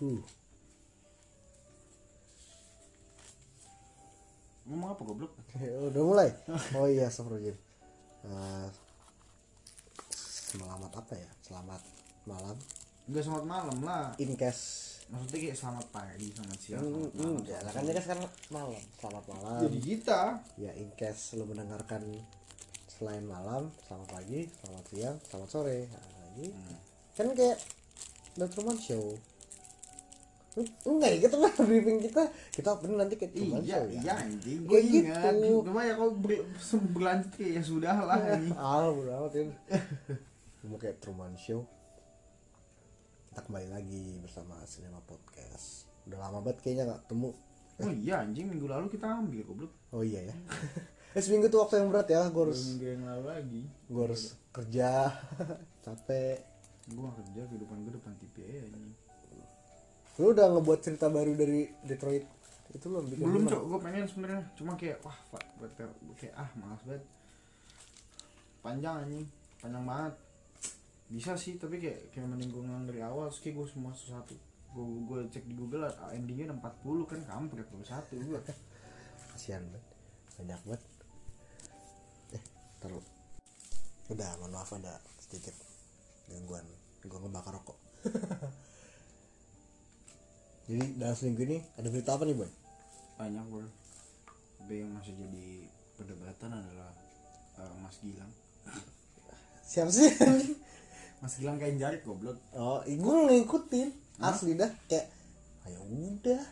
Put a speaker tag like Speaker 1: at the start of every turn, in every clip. Speaker 1: Huh.
Speaker 2: Ngomong apa goblok?
Speaker 1: Udah mulai. Oh iya, Astagfirullahaladzim. Eh, selamat apa ya? Selamat malam.
Speaker 2: Enggak selamat malam lah.
Speaker 1: In case.
Speaker 2: Maksudnya kayak selamat pagi, selamat siang,
Speaker 1: Hmm,
Speaker 2: selamat malam.
Speaker 1: hmm, ya, lah kan ini kan sekarang malam. Selamat malam.
Speaker 2: Jadi kita
Speaker 1: Ya in case lo mendengarkan selain malam, selamat pagi, selamat siang, selamat sore. Nah, ini
Speaker 2: Hmm.
Speaker 1: kan kayak The Truman Show. Hmm, Enggak ya, kita mah briefing kita kita opening nanti kayak Truman
Speaker 2: Iya,
Speaker 1: Show ya.
Speaker 2: iya anjing.
Speaker 1: Ya
Speaker 2: Gue ingat.
Speaker 1: gitu.
Speaker 2: Cuma ya kau ber- se- berlanjut kayak ya sudah lah. anjing.
Speaker 1: Ah, berapa tuh? Mau kayak Truman Show. Kita kembali lagi bersama Cinema Podcast. Udah lama banget kayaknya nggak temu.
Speaker 2: Oh iya anjing minggu lalu kita ambil goblok.
Speaker 1: Oh iya ya. eh seminggu tuh waktu yang berat ya, gue harus
Speaker 2: Minggu yang lalu lagi.
Speaker 1: gue harus kerja capek.
Speaker 2: Gue gak kerja kehidupan gue depan TV aja anjing.
Speaker 1: Lu udah ngebuat cerita baru dari Detroit itu belum bikin
Speaker 2: Belum
Speaker 1: gimana?
Speaker 2: cok, gue pengen sebenarnya cuma kayak wah pak, buat kayak ah malas banget. Panjang anjing, panjang banget. Bisa sih, tapi kayak kayak mending gue ngulang dari awal, terus kayak gue semua satu gue gue cek di Google ah, endingnya ada 40 kan kampret baru satu gue
Speaker 1: Kasihan banget. Banyak banget. Eh, terlalu. Udah, mohon maaf ada sedikit gangguan. Gue ngebakar rokok. Jadi dalam seminggu ini ada berita apa nih boy?
Speaker 2: banyak bro tapi yang masih jadi perdebatan adalah eh, Mas Gilang
Speaker 1: Siapa sih?
Speaker 2: Mas Gilang kayak jarit goblok
Speaker 1: oh, gue ngikutin asli dah kayak ayo udah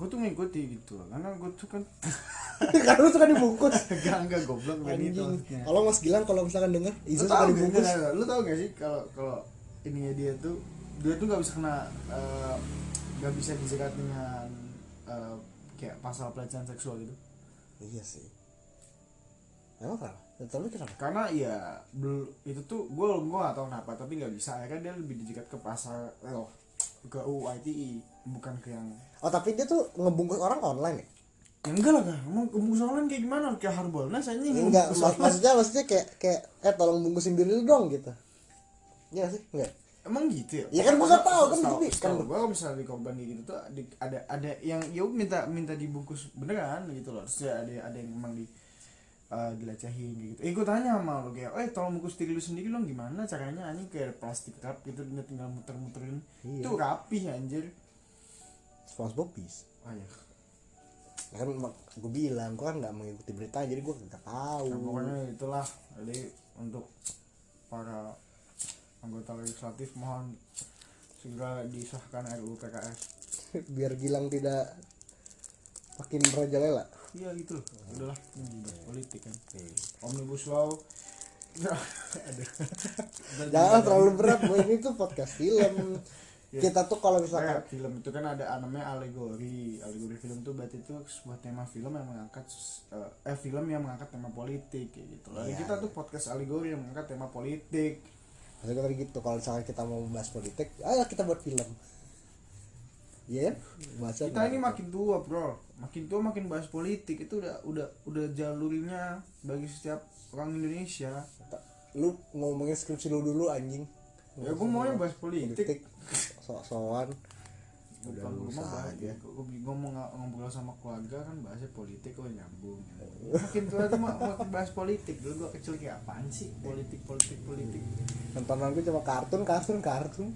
Speaker 2: gue tuh ngikuti gitu loh karena gue tuh kan
Speaker 1: karena lu suka dibungkus
Speaker 2: enggak enggak goblok bukan itu
Speaker 1: anjing
Speaker 2: maksudnya.
Speaker 1: kalau mas Gilang kalau misalkan denger
Speaker 2: lu
Speaker 1: Izo
Speaker 2: tahu
Speaker 1: suka
Speaker 2: gak,
Speaker 1: dibungkus
Speaker 2: enggak, enggak, lu tahu gak sih kalau kalau ininya dia tuh dia tuh nggak bisa kena eh, nggak bisa dijegat dengan eh, kayak pasal pelecehan seksual gitu
Speaker 1: iya sih emang kenapa? tapi kenapa?
Speaker 2: karena ya belum itu tuh gue gue gak tau kenapa tapi nggak bisa ya kan dia lebih dijegat ke pasal eh, oh, ke UITI E, bukan ke yang
Speaker 1: oh tapi dia tuh ngebungkus orang online ya?
Speaker 2: ya enggak lah kak emang umum soalan kayak gimana kayak harbolnas aja
Speaker 1: enggak mak- maksudnya maksudnya kayak kayak eh tolong bungkusin diri lu dong gitu iya gak sih? enggak
Speaker 2: emang gitu ya
Speaker 1: Ya kan gua nggak tahu, kan
Speaker 2: Setahu-
Speaker 1: tapi kan-
Speaker 2: setahu gua kalau misalnya di korban kayak gitu tuh di- ada ada yang ya minta minta dibungkus beneran gitu loh terus ya ada ada yang emang di eh, dilecehin kayak gitu eh gua tanya sama lo kayak eh tolong bungkus diri lu sendiri dong gimana caranya anjing kayak plastik cup gitu dia tinggal muter-muterin
Speaker 1: Iya.
Speaker 2: itu rapi anjir
Speaker 1: SpongeBob bis
Speaker 2: ah ya
Speaker 1: kan gue bilang gue kan nggak mengikuti berita jadi gue nggak tahu
Speaker 2: Nah, pokoknya itulah jadi untuk para anggota legislatif mohon segera disahkan RUU PKS
Speaker 1: biar Gilang tidak makin merajalela
Speaker 2: iya gitu loh
Speaker 1: Oh.
Speaker 2: udahlah ini
Speaker 1: Iya.
Speaker 2: bahas politik kan omnibus law Aduh.
Speaker 1: jangan terlalu berat boy ini tuh podcast film
Speaker 2: Iya.
Speaker 1: kita tuh kalau
Speaker 2: Kayak
Speaker 1: misalkan
Speaker 2: film itu kan ada namanya alegori alegori film tuh berarti itu sebuah tema film yang mengangkat eh, eh film yang mengangkat tema politik kayak gitu lah
Speaker 1: Iya,
Speaker 2: kita tuh podcast alegori yang mengangkat tema politik
Speaker 1: maksudnya kayak gitu kalau misalkan kita mau membahas politik ayo kita buat film Iya, bahasa
Speaker 2: kita ini makin tua bro makin tua makin bahas politik itu udah udah udah jalurnya bagi setiap orang Indonesia
Speaker 1: lu ngomongin skripsi lu dulu anjing
Speaker 2: ya gue maunya bahas politik
Speaker 1: politik sok-sokan
Speaker 2: udah
Speaker 1: udah
Speaker 2: gue mau
Speaker 1: lu usaha
Speaker 2: bahas
Speaker 1: aja
Speaker 2: gue gue mau ng- ngobrol sama keluarga kan bahasnya politik gue nyambung makin tua tuh mau mau bahas politik dulu gue kecil kayak apaan sih politik politik politik
Speaker 1: nontonan gue cuma kartun kartun kartun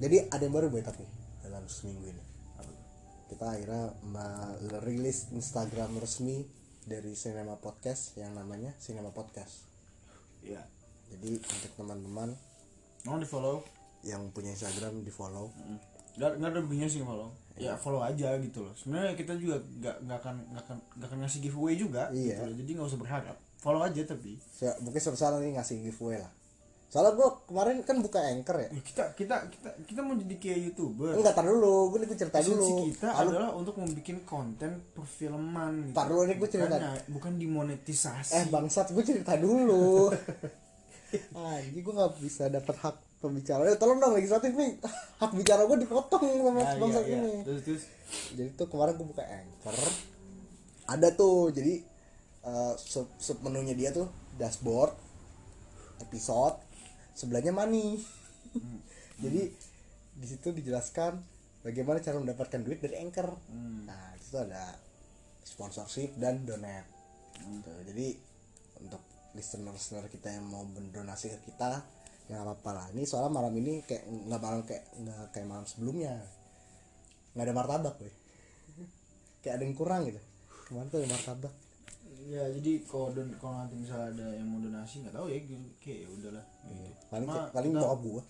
Speaker 1: jadi ada yang baru buat tapi dalam seminggu ini
Speaker 2: Apa tuh?
Speaker 1: kita akhirnya merilis Instagram resmi dari Cinema Podcast yang namanya Cinema Podcast
Speaker 2: ya
Speaker 1: jadi untuk teman-teman
Speaker 2: mau di follow
Speaker 1: yang punya Instagram di follow
Speaker 2: nggak nggak ada ruginya sih follow
Speaker 1: Iya.
Speaker 2: ya follow aja gitu loh sebenarnya kita juga nggak nggak akan nggak akan nggak akan ngasih giveaway juga
Speaker 1: Iya.
Speaker 2: gitu loh. jadi nggak usah berharap follow aja tapi
Speaker 1: saya mungkin sebesar nih ngasih giveaway lah soalnya gue kemarin kan buka anchor ya
Speaker 2: Ya, kita kita kita kita mau jadi kayak youtuber
Speaker 1: enggak tar dulu gue nih gue cerita dulu
Speaker 2: Esensi kita
Speaker 1: Lalu,
Speaker 2: adalah untuk membuat konten perfilman gitu.
Speaker 1: Ntar dulu nih, gua
Speaker 2: Bukan
Speaker 1: cerita.
Speaker 2: ya- bukan dimonetisasi.
Speaker 1: eh bangsat gue cerita dulu anjing gue nggak bisa dapat hak pembicaraan Eh, tolong dong legislatif nih hak bicara gue dipotong sama
Speaker 2: Ah, iya,
Speaker 1: bangsat
Speaker 2: iya.
Speaker 1: ini
Speaker 2: Terus terus
Speaker 1: jadi tuh kemarin gue buka anchor ada tuh jadi eh, sub, sub menunya dia tuh dashboard episode sebelahnya money jadi di situ dijelaskan bagaimana cara mendapatkan duit dari anchor
Speaker 2: Hmm.
Speaker 1: nah di situ ada sponsorship dan donat Tuh, jadi untuk listener listener kita yang mau berdonasi ke kita ya nggak apa-apa lah ini soalnya malam ini kayak nggak malam kayak nggak kayak malam sebelumnya nggak ada martabak weh kayak ada yang kurang gitu kemarin tuh ada martabak
Speaker 2: ya jadi kalau don kalau nanti misalnya ada yang mau donasi nggak tahu ya gitu kayak ya udahlah gitu.
Speaker 1: paling
Speaker 2: Cuma
Speaker 1: paling
Speaker 2: kita
Speaker 1: bokap gua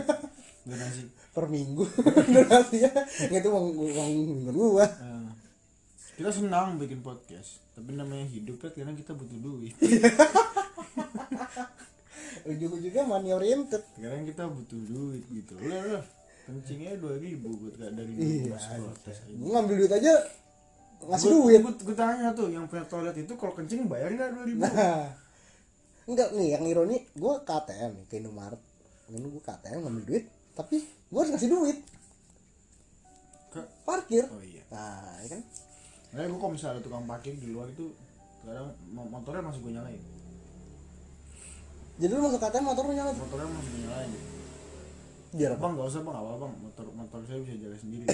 Speaker 2: donasi
Speaker 1: per minggu donasinya nggak tuh uang uang mingguan gua
Speaker 2: eh, kita senang bikin podcast tapi namanya hidup ya karena kita butuh duit
Speaker 1: ujung-ujungnya money oriented
Speaker 2: sekarang kita butuh duit gitu lah lah kencingnya dua ribu buat gak dari dua
Speaker 1: Iya, gua ngambil duit aja ngasih
Speaker 2: gue
Speaker 1: duit
Speaker 2: gue tanya tuh yang punya toilet itu kalau kencing bayar nggak dua ribu
Speaker 1: Nah, enggak nih yang ironi gue KTM nih, ke Indomaret ini gue KTM ngambil duit tapi gue harus ngasih duit
Speaker 2: Ke-
Speaker 1: parkir
Speaker 2: oh iya
Speaker 1: nah ya kan
Speaker 2: Nah, gue kalau misalnya ada tukang parkir di luar itu kadang mo- motornya masih gue nyalain.
Speaker 1: jadi lu masuk KTM motor lu nyala tuh.
Speaker 2: Motornya masih gue nyalain.
Speaker 1: biar apa
Speaker 2: Bang, gak usah bang, gak apa bang. Motor motor saya bisa jalan sendiri.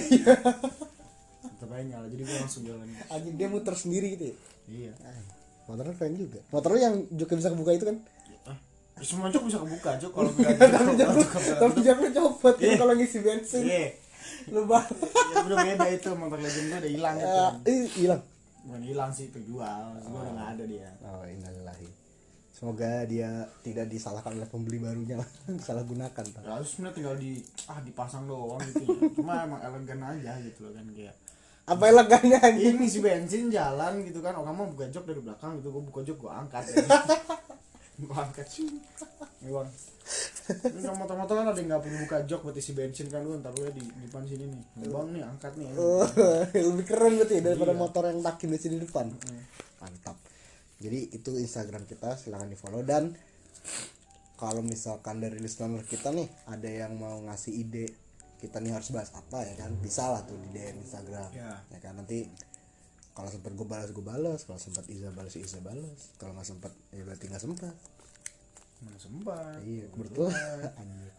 Speaker 2: Tetap aja nyala, jadi gue langsung jalan.
Speaker 1: anjing dia muter sendiri gitu ya
Speaker 2: Iya.
Speaker 1: Ah, motornya keren juga motor lu yang juga bisa kebuka itu kan
Speaker 2: Ah, semua jok bisa kebuka jok kalau nggak
Speaker 1: tapi
Speaker 2: jok-
Speaker 1: jam lu
Speaker 2: kalau nggak
Speaker 1: tapi
Speaker 2: tutup.
Speaker 1: jam lu copot kan
Speaker 2: Iya.
Speaker 1: kalau ngisi bensin
Speaker 2: Iya.
Speaker 1: lu bang
Speaker 2: Ya, udah beda itu motor legend gue udah hilang itu.
Speaker 1: Eh, ih, hilang
Speaker 2: Bukan hilang sih terjual, gue udah nggak ada dia.
Speaker 1: oh innalillahi semoga dia tidak disalahkan oleh pembeli barunya lah disalahgunakan Pak.
Speaker 2: Ya, terus sebenarnya tinggal di ah dipasang doang gitu. ya. Cuma emang elegan aja gitu loh kan kayak
Speaker 1: apa elegannya anjing
Speaker 2: ini si bensin jalan gitu kan orang mau buka jok dari belakang gitu gue buka jok gue angkat gue angkat sih ini bang ini sama motor-motor kan ada yang nggak perlu buka jok buat isi bensin kan lu ntar lu di di depan sini nih Nih, bang nih angkat nih
Speaker 1: lebih keren berarti ya, daripada
Speaker 2: Iya.
Speaker 1: motor yang takin di sini depan mantap jadi itu Instagram kita silahkan di follow dan kalau misalkan dari listener kita nih ada yang mau ngasih ide kita nih harus bahas apa ya kan bisa lah tuh di DM Instagram
Speaker 2: Iya.
Speaker 1: ya kan nanti kalau sempet gue balas gue balas kalau sempet Iza balas ya Iza balas kalau nggak sempet ya berarti nggak sempet
Speaker 2: mana sembar
Speaker 1: iya betul Anjir.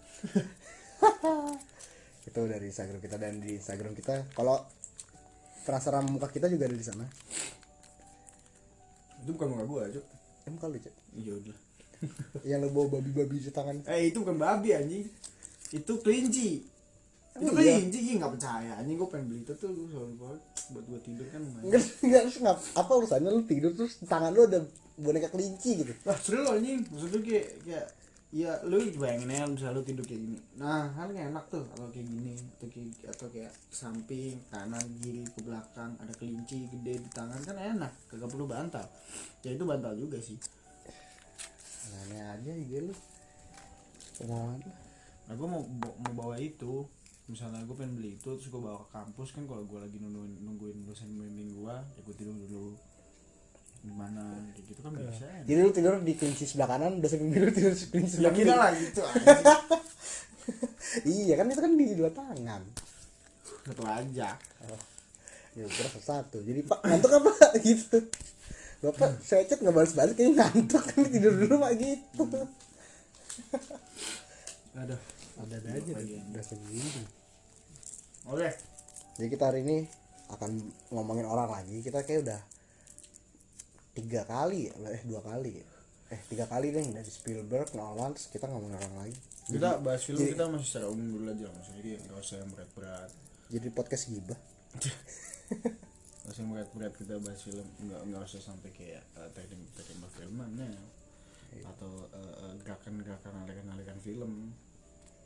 Speaker 1: itu dari Instagram kita dan di Instagram kita kalau penasaran sama muka kita juga ada di sana
Speaker 2: itu bukan muka gue jok
Speaker 1: emang kalau lucu
Speaker 2: iya udah
Speaker 1: yang lo Ya, bawa babi-babi di tangan
Speaker 2: eh itu bukan babi anjing itu kelinci itu
Speaker 1: Iya.
Speaker 2: kelinci iya nggak percaya anjing gue pengen beli itu tuh gue selalu buat buat gue tidur kan lumayan
Speaker 1: enggak enggak terus ngap apa urusannya lu tidur terus di tangan lu ada boneka kelinci gitu
Speaker 2: Lah seru loh anjing, maksudnya kayak kayak ya lu bayangin aja misalnya lu tidur kayak gini. Nah, kan kayak enak tuh kalau kayak gini atau kayak atau kayak samping, kanan, kiri, ke belakang, ada kelinci gede di tangan kan enak, kagak perlu bantal. Ya itu bantal juga sih.
Speaker 1: aneh aja juga lu pengalaman
Speaker 2: Nah, gua mau bo- mau bawa itu misalnya gue pengen beli itu terus gue bawa ke kampus kan kalau gue lagi nungguin nungguin dosen pembimbing gue ya gue tidur dulu di mana kayak gitu kan bisa enak.
Speaker 1: jadi lu tidur di kelinci sebelah kanan udah sebelum tidur tidur di kelinci
Speaker 2: ya
Speaker 1: sebelah
Speaker 2: kita
Speaker 1: kiri
Speaker 2: lah gitu anjing.
Speaker 1: iya kan itu kan di dua tangan
Speaker 2: satu aja
Speaker 1: ya kira satu jadi pak ngantuk apa gitu bapak saya chat nggak balas balas kayaknya ngantuk kan tidur dulu pak gitu
Speaker 2: ada
Speaker 1: ada ada aja udah segini
Speaker 2: oke
Speaker 1: jadi kita hari ini akan ngomongin orang lagi kita kayak udah tiga kali ya, eh dua kali ya. eh tiga kali deh dari Spielberg Nolan terus kita ngomongin orang lagi
Speaker 2: kita bahas film
Speaker 1: jadi-
Speaker 2: kita masih secara umum dulu aja maksudnya kayak nggak usah yang berat-berat
Speaker 1: jadi podcast gibah
Speaker 2: nggak usah yang berat-berat kita bahas film nggak nggak usah sampai kayak eh, teknik teknik perfilman ya atau eh, eh, gerakan-gerakan aliran-aliran film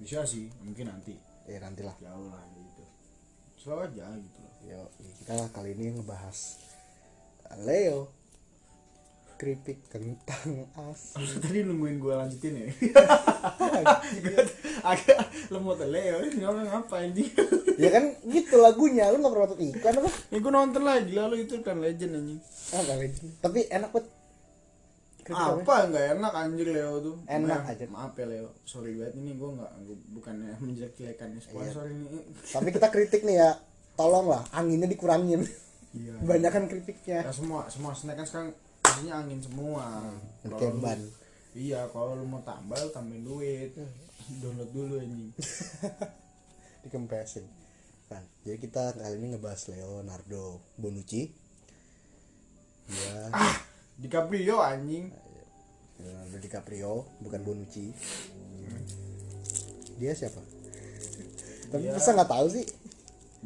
Speaker 2: bisa sih mungkin nanti
Speaker 1: ya nantilah
Speaker 2: jauh lah gitu slow aja gitu loh
Speaker 1: yo kita kali ini ngebahas Leo keripik kentang asin
Speaker 2: tadi nungguin gue lanjutin ya agak lemot leo ngapa ngapain dia
Speaker 1: ya kan gitu lagunya lu nggak pernah nonton iklan apa
Speaker 2: ya gue nonton lah gila lu itu kan legend anjing
Speaker 1: Ah, nggak legend. tapi enak banget Keripik apa?
Speaker 2: apa nggak enak anjir Leo tuh
Speaker 1: Enak
Speaker 2: Maaf-
Speaker 1: aja.
Speaker 2: maaf ya Leo sorry banget ini gue nggak gua- bukannya menjelek-jelekan sponsor
Speaker 1: Iya.
Speaker 2: ini
Speaker 1: tapi kita kritik nih ya tolonglah anginnya dikurangin
Speaker 2: iya
Speaker 1: banyakkan keripiknya
Speaker 2: ya semua semua snack kan sekarang isinya angin semua Kalau lu-
Speaker 1: Hmm, kemban. Hmm.
Speaker 2: iya kalau lu mau tambah lu tambahin duit download dulu anjing
Speaker 1: bikin passing kan jadi kita kali ini ngebahas Leonardo Bonucci ya
Speaker 2: DiCaprio Ah, anjing
Speaker 1: Leonardo DiCaprio bukan Bonucci dia siapa tapi
Speaker 2: Dia-
Speaker 1: masa nggak tahu sih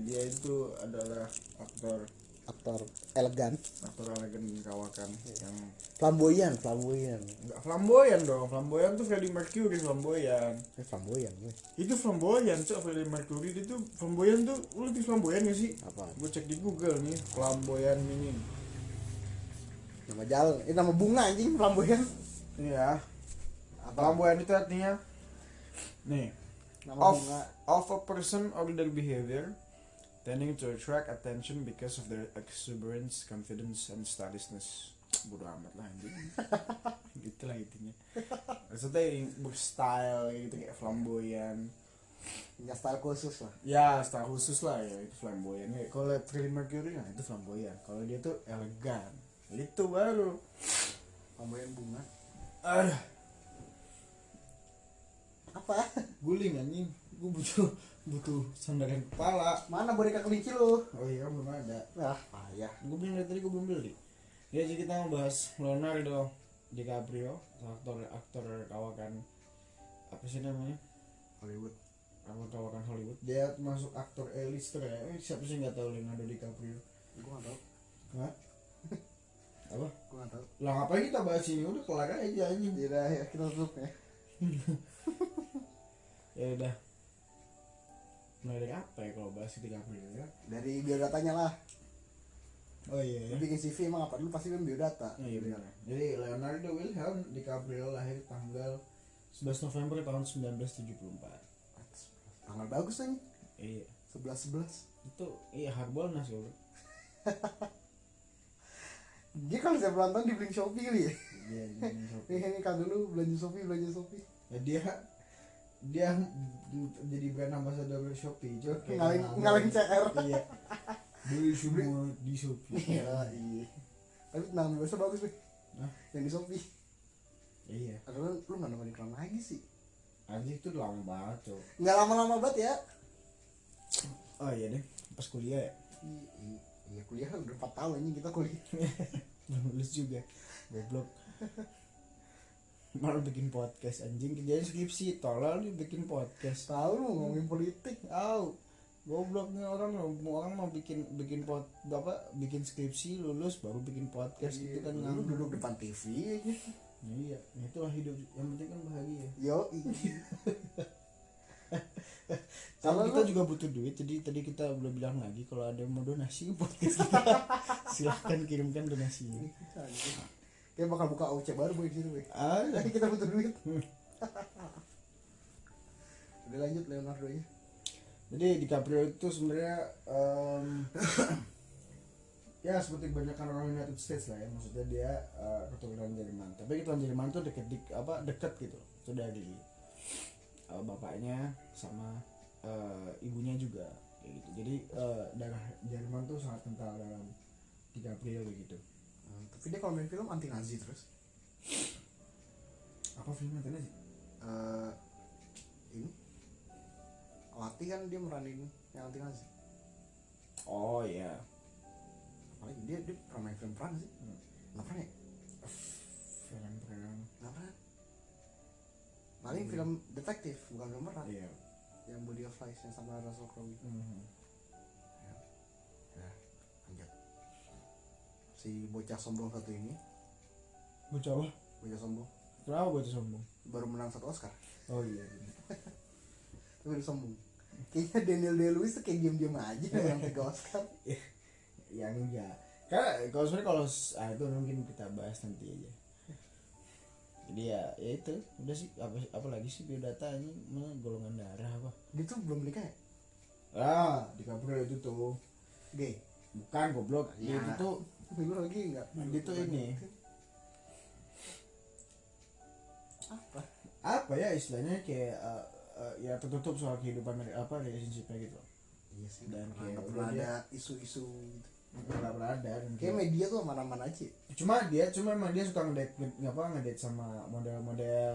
Speaker 2: dia itu adalah aktor
Speaker 1: aktor elegan
Speaker 2: aktor elegan kawakan
Speaker 1: Iya.
Speaker 2: yang
Speaker 1: flamboyan flamboyan
Speaker 2: nggak flamboyan dong flamboyan tuh Freddie Mercury flamboyan
Speaker 1: eh flamboyan weh.
Speaker 2: itu flamboyan cok Freddie Mercury itu flamboyan tuh lu lebih flamboyan gak sih
Speaker 1: apa
Speaker 2: gue cek di Google nih flamboyan minim
Speaker 1: nama jalan eh nama bunga anjing flamboyan
Speaker 2: iya
Speaker 1: apa
Speaker 2: flamboyan itu artinya nih
Speaker 1: nama
Speaker 2: of
Speaker 1: bunga
Speaker 2: of a person or their behavior tending to attract attention because of their exuberance, confidence, and stylishness. Bodoh amat lah anjing. gitu lah intinya. Maksudnya yang berstyle gitu kayak flamboyan.
Speaker 1: punya style khusus lah
Speaker 2: Ya, style khusus lah ya itu flamboyan. Kayak kalau lihat Freddie Mercury nah itu flamboyan. Kalau dia tuh elegan. Itu baru.
Speaker 1: flamboyan bunga
Speaker 2: Aduh,
Speaker 1: apa
Speaker 2: guling anjing. Gue butuh butuh sandaran kepala.
Speaker 1: mana boneka kelinci lu
Speaker 2: Oh iya, belum ada.
Speaker 1: ah payah
Speaker 2: gue belum dari tadi gue belum beli ya jadi kita ngebahas Leonardo DiCaprio aktor aktor kawakan apa sih namanya
Speaker 1: Hollywood
Speaker 2: aktor kawakan Hollywood dia masuk aktor elit tuh ya Eh, siapa sih nggak tahu Leonardo DiCaprio
Speaker 1: gua nggak tahu
Speaker 2: Hah? apa
Speaker 1: gua nggak tahu
Speaker 2: lah ngapain kita bahas ini udah kelar aja anjing
Speaker 1: Yaudah ya kita tutup ya
Speaker 2: ya udah mulai dari apa ya kalau bahas DiCaprio ya
Speaker 1: dari biodatanya lah
Speaker 2: oh iya
Speaker 1: Lu bikin CV emang apa dulu pasti kan biodata
Speaker 2: Oh iya benar. Jadi Leonardo Wilhelm DiCaprio lahir tanggal 11 November tahun 1974.
Speaker 1: tanggal bagus nih
Speaker 2: Iya.
Speaker 1: sebelas sebelas
Speaker 2: Itu iya Harbolnas ya. bro.
Speaker 1: dia kalau saya berantam di bling shopee kali ya
Speaker 2: Dia
Speaker 1: Nih, ini kan dulu belanja shopee belanja shopee
Speaker 2: ya, iya, dia dia jadi brand ambassador Shopee, Cok. Kayak
Speaker 1: Ngalahin-
Speaker 2: ngalahin.
Speaker 1: ngalahin CR.
Speaker 2: Iya. Beli semua di Shopee.
Speaker 1: iya iya tapi nama biasa bagus nih
Speaker 2: Hah?
Speaker 1: yang di shopee
Speaker 2: Iya.
Speaker 1: karena lu nggak nambah iklan lagi sih
Speaker 2: Anjing itu lama banget, Cok.
Speaker 1: nggak lama-lama banget ya
Speaker 2: Oh iya deh, pas kuliah ya.
Speaker 1: I- i- iya kuliah udah 4 tahun ini kita kuliah
Speaker 2: Belum lulus juga. Goblok. Malah bikin podcast anjing kerjaan skripsi, tolol dia bikin podcast.
Speaker 1: tahun mau
Speaker 2: Hmm.
Speaker 1: ngomongin politik
Speaker 2: Au. Gobloknya orang mau orang mau bikin bikin pot apa bikin skripsi lulus baru bikin podcast itu kan
Speaker 1: Iya, lu
Speaker 2: nganggur.
Speaker 1: duduk depan TV aja
Speaker 2: Iya, itulah hidup yang penting kan bahagia.
Speaker 1: yo
Speaker 2: Kalau
Speaker 1: Kalau
Speaker 2: kita
Speaker 1: lu-
Speaker 2: juga butuh duit, jadi tadi kita udah bilang lagi kalau ada yang mau donasi podcast kita silahkan kirimkan donasinya.
Speaker 1: kayak bakal buka OC baru boy di situ boy
Speaker 2: Ah, Hmm.
Speaker 1: tapi kita butuh duit udah lanjut Leonardo nya
Speaker 2: jadi DiCaprio itu sebenarnya em, ya seperti kebanyakan orang United States lah ya, maksudnya dia eh, keturunan Jerman. Tapi keturunan Jerman tuh deket dik- apa deket gitu, itu dari eh, bapaknya sama eh, ibunya juga kayak gitu. Jadi eh, darah Jerman tuh sangat kental dalam DiCaprio gitu.
Speaker 1: Hmm, tapi dia kalau main film anti Nazi terus
Speaker 2: Apa filmnya tadi sih?
Speaker 1: Eh, ini Lati kan dia meranin yang anti Nazi
Speaker 2: Oh iya.
Speaker 1: apalagi dia dia pernah main film perang sih
Speaker 2: Hmm.
Speaker 1: nggak pernah ya
Speaker 2: Film-film.
Speaker 1: nggak pernah paling
Speaker 2: Hmm.
Speaker 1: film detektif bukan film perang
Speaker 2: Iya.
Speaker 1: yang Body of Lies yang sama Russell Crowe
Speaker 2: Mhm.
Speaker 1: ya lanjut si bocah sombong satu ini
Speaker 2: Gue coba.
Speaker 1: bocah sombong
Speaker 2: Kenapa gue tuh sombong?
Speaker 1: baru menang satu Oscar
Speaker 2: Oh iya.
Speaker 1: tapi udah sombong kayaknya Daniel Day Lewis tuh kayak diem-diem aja menang tiga Oscar
Speaker 2: yang Ya, enggak karena kalau sebenarnya kalau s- ah, itu mungkin kita bahas nanti aja jadi ya, ya itu udah sih apa apa lagi sih biodata ini mana golongan darah apa
Speaker 1: dia tuh belum nikah ya
Speaker 2: ah di kapur itu tuh
Speaker 1: gay
Speaker 2: bukan goblok
Speaker 1: Ya.
Speaker 2: itu Iya, tuh
Speaker 1: lu lagi nggak
Speaker 2: Dia tuh ini.
Speaker 1: apa
Speaker 2: apa ya istilahnya kayak eh, eh, ya tertutup soal kehidupan dari apa relationshipnya gitu
Speaker 1: iya sih
Speaker 2: Dan
Speaker 1: dan
Speaker 2: kayak
Speaker 1: pernah
Speaker 2: dia-
Speaker 1: ada isu-isu gitu
Speaker 2: nggak pernah ada dan
Speaker 1: kayak
Speaker 2: kayak-
Speaker 1: media tuh mana-mana aja
Speaker 2: cuma dia cuma emang dia suka ngedate nge- apa ngedate sama model-model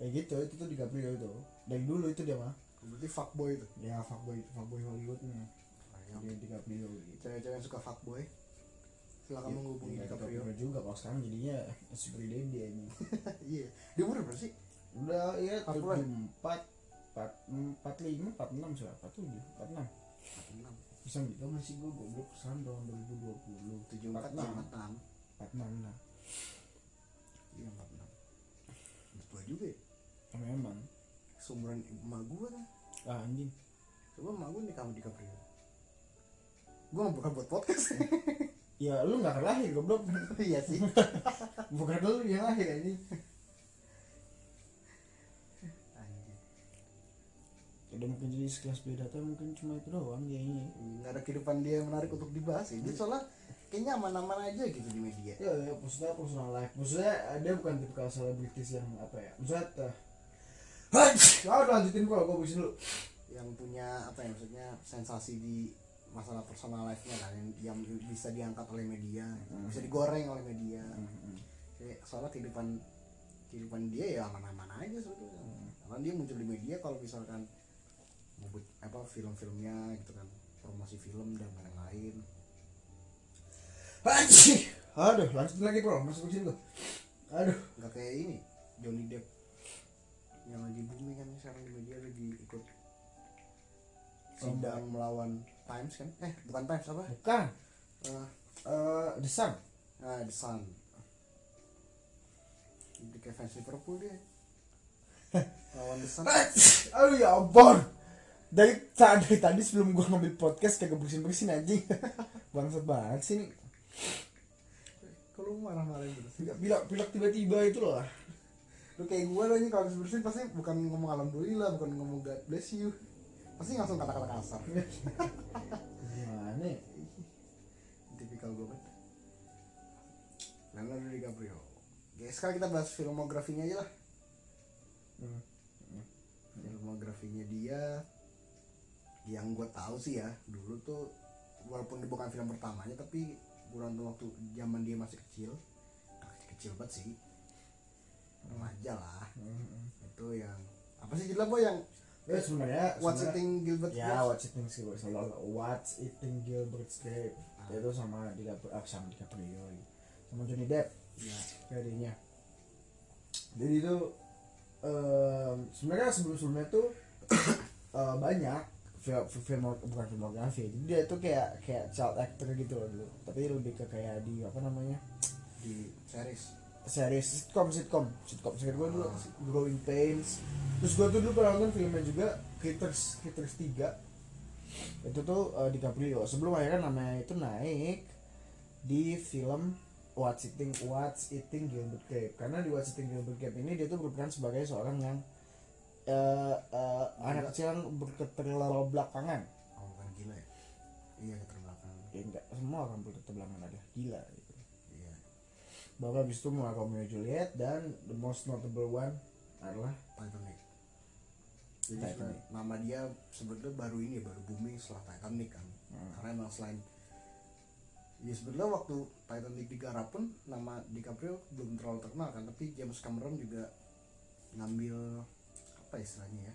Speaker 2: ya gitu itu tuh di Gabriel itu dari dulu itu dia mah
Speaker 1: berarti fuckboy itu
Speaker 2: ya fuckboy fuckboy Hollywood nih Leonardo DiCaprio gitu
Speaker 1: cewek-cewek yang suka fuckboy silakan
Speaker 2: Ya,
Speaker 1: menghubungi
Speaker 2: Leonardo
Speaker 1: DiCaprio
Speaker 2: juga kalau sekarang jadinya seperti Devi ini
Speaker 1: iya dia umur berapa sih
Speaker 2: udah ya
Speaker 1: Empat puluh.
Speaker 2: empat empat empat lima empat enam sudah empat tujuh empat enam
Speaker 1: enam
Speaker 2: bisa gitu nggak sih gue goblok kesan tahun 2020
Speaker 1: tujuh empat
Speaker 2: Empat enam.
Speaker 1: empat enam
Speaker 2: empat enam lah
Speaker 1: iya empat enam tua juga ya
Speaker 2: memang
Speaker 1: seumuran emak gue kan
Speaker 2: ah anjing
Speaker 1: coba emak gue nih kamu DiCaprio gue bukan buat podcast
Speaker 2: ya lu nggak lahir goblok
Speaker 1: iya sih
Speaker 2: bukan lu yang lahir anjing
Speaker 1: anjir
Speaker 2: Ya, udah mungkin jadi sekelas beda tuh mungkin cuma itu doang kayaknya
Speaker 1: nggak ada kehidupan dia yang menarik untuk dibahas ya. Dia soalnya kayaknya aman-aman aja gitu di media.
Speaker 2: ya, ya maksudnya personal life maksudnya eh, dia bukan tipe selebritis yang apa ya maksudnya eh, Hajj! Ah, udah lanjutin gua, gua bisnis dulu
Speaker 1: Yang punya apa ya maksudnya sensasi di masalah personal life-nya kan yang, yang bisa diangkat oleh media, gitu. bisa digoreng oleh media. Kayak Iya, soalnya kehidupan kehidupan dia ya aman-aman aja sebetulnya. Karena dia muncul di media kalau misalkan ngebut apa film-filmnya gitu kan promosi film dan lain-lain.
Speaker 2: Hajj! Aduh, lanjutin lagi bro, masuk ke sini gua Aduh
Speaker 1: nggak kayak ini Johnny Depp yang lagi booming kan sekarang di media lagi ikut sidang melawan Times kan eh bukan Times apa
Speaker 2: Bukan,
Speaker 1: Eh,
Speaker 2: eh The Sun
Speaker 1: ah, The Sun jadi kayak fans Liverpool dia lawan The Sun
Speaker 2: Hajj! Aduh ya ampun dari, ta- dari tadi sebelum gua ngambil podcast kagak bersin-bersin anjing Bangsat banget sih nih
Speaker 1: kalau lu marah-marah gitu sih
Speaker 2: Pilak-pilak tiba-tiba itu loh
Speaker 1: lu kayak gue loh ini kalau habis bersin pasti bukan ngomong alhamdulillah bukan ngomong God bless you pasti langsung kata-kata kasar
Speaker 2: Gimana ya?
Speaker 1: tipikal gue banget Leonardo DiCaprio Oke, sekarang kita bahas filmografinya aja lah
Speaker 2: Hmm.
Speaker 1: filmografinya dia yang gue tahu sih ya dulu tuh walaupun bukan film pertamanya tapi gue nonton waktu zaman dia masih kecil masih kecil banget sih remaja lah
Speaker 2: Hmm.
Speaker 1: itu yang apa sih judulnya boy yang
Speaker 2: Ya sebenarnya
Speaker 1: What's
Speaker 2: sebenarnya-
Speaker 1: Eating Gilbert
Speaker 2: Ya,
Speaker 1: Grape?
Speaker 2: What's Eating Gilbert's Grape. What's Eating Gilbert's Grape.
Speaker 1: Ah.
Speaker 2: Itu sama DiCaprio, ah, sama DiCaprio. Sama Johnny Depp
Speaker 1: ya
Speaker 2: jadinya. Jadi itu em, sebenarnya sebelum-sebelumnya tuh eh, banyak film, film bukan filmografi. Jadi dia tuh kayak kayak child actor gitu loh dulu. Tapi lebih ke kayak di apa namanya?
Speaker 1: di series
Speaker 2: series sitcom sitcom sitcom sitcom gue dulu Growing Pains terus gue tuh dulu pernah nonton filmnya juga Critters Critters 3 itu tuh eh, DiCaprio sebelum akhirnya namanya itu naik di film What's Eating What's Eating Gilbert Grape karena di What's Eating Gilbert Grape ini dia tuh berperan sebagai seorang yang eh, eh, anak kecil yang berketerbelakangan
Speaker 1: oh bukan gila ya iya keterbelakangan
Speaker 2: ya enggak semua orang berketerbelakangan ada gila gitu
Speaker 1: iya
Speaker 2: Bahkan habis itu mulai Romeo and Juliet dan the most notable one adalah
Speaker 1: Titanic. Jadi
Speaker 2: Titanic.
Speaker 1: sebenarnya nama dia sebetulnya baru ini ya, baru booming setelah Titanic kan.
Speaker 2: Hmm.
Speaker 1: Karena emang selain ya sebetulnya waktu Titanic digarap pun nama DiCaprio belum terlalu terkenal kan, tapi James Cameron juga ngambil apa istilahnya ya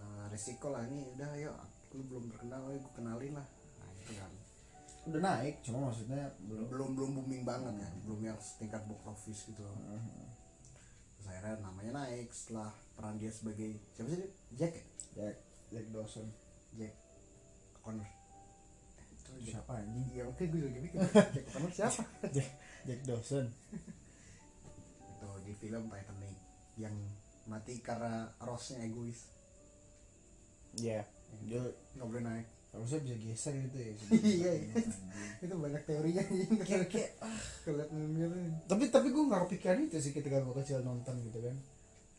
Speaker 1: Eh, resiko lah ini udah ayo lu belum terkenal ayo gue kenalin lah nah itu kan
Speaker 2: udah naik cuma maksudnya belum
Speaker 1: belum belum booming banget ya belum yang setingkat box office gitu loh terus akhirnya namanya naik setelah peran dia sebagai siapa sih dia? Jack ya?
Speaker 2: Jack Jack Dawson
Speaker 1: Jack Connor itu
Speaker 2: Itu
Speaker 1: Jack
Speaker 2: siapa anjing
Speaker 1: iya oke gue juga mikir Jack Connor siapa
Speaker 2: Jack, Jack Dawson
Speaker 1: itu di film Titanic yang mati karena Rossnya egois
Speaker 2: ya dia
Speaker 1: nggak boleh naik
Speaker 2: harusnya bisa geser gitu ya
Speaker 1: Iya, iya. itu banyak teorinya
Speaker 2: Kayak-
Speaker 1: nih
Speaker 2: kayak- ah.
Speaker 1: keliat meme
Speaker 2: tapi tapi gue nggak kepikiran itu sih ketika gue kecil nonton gitu kan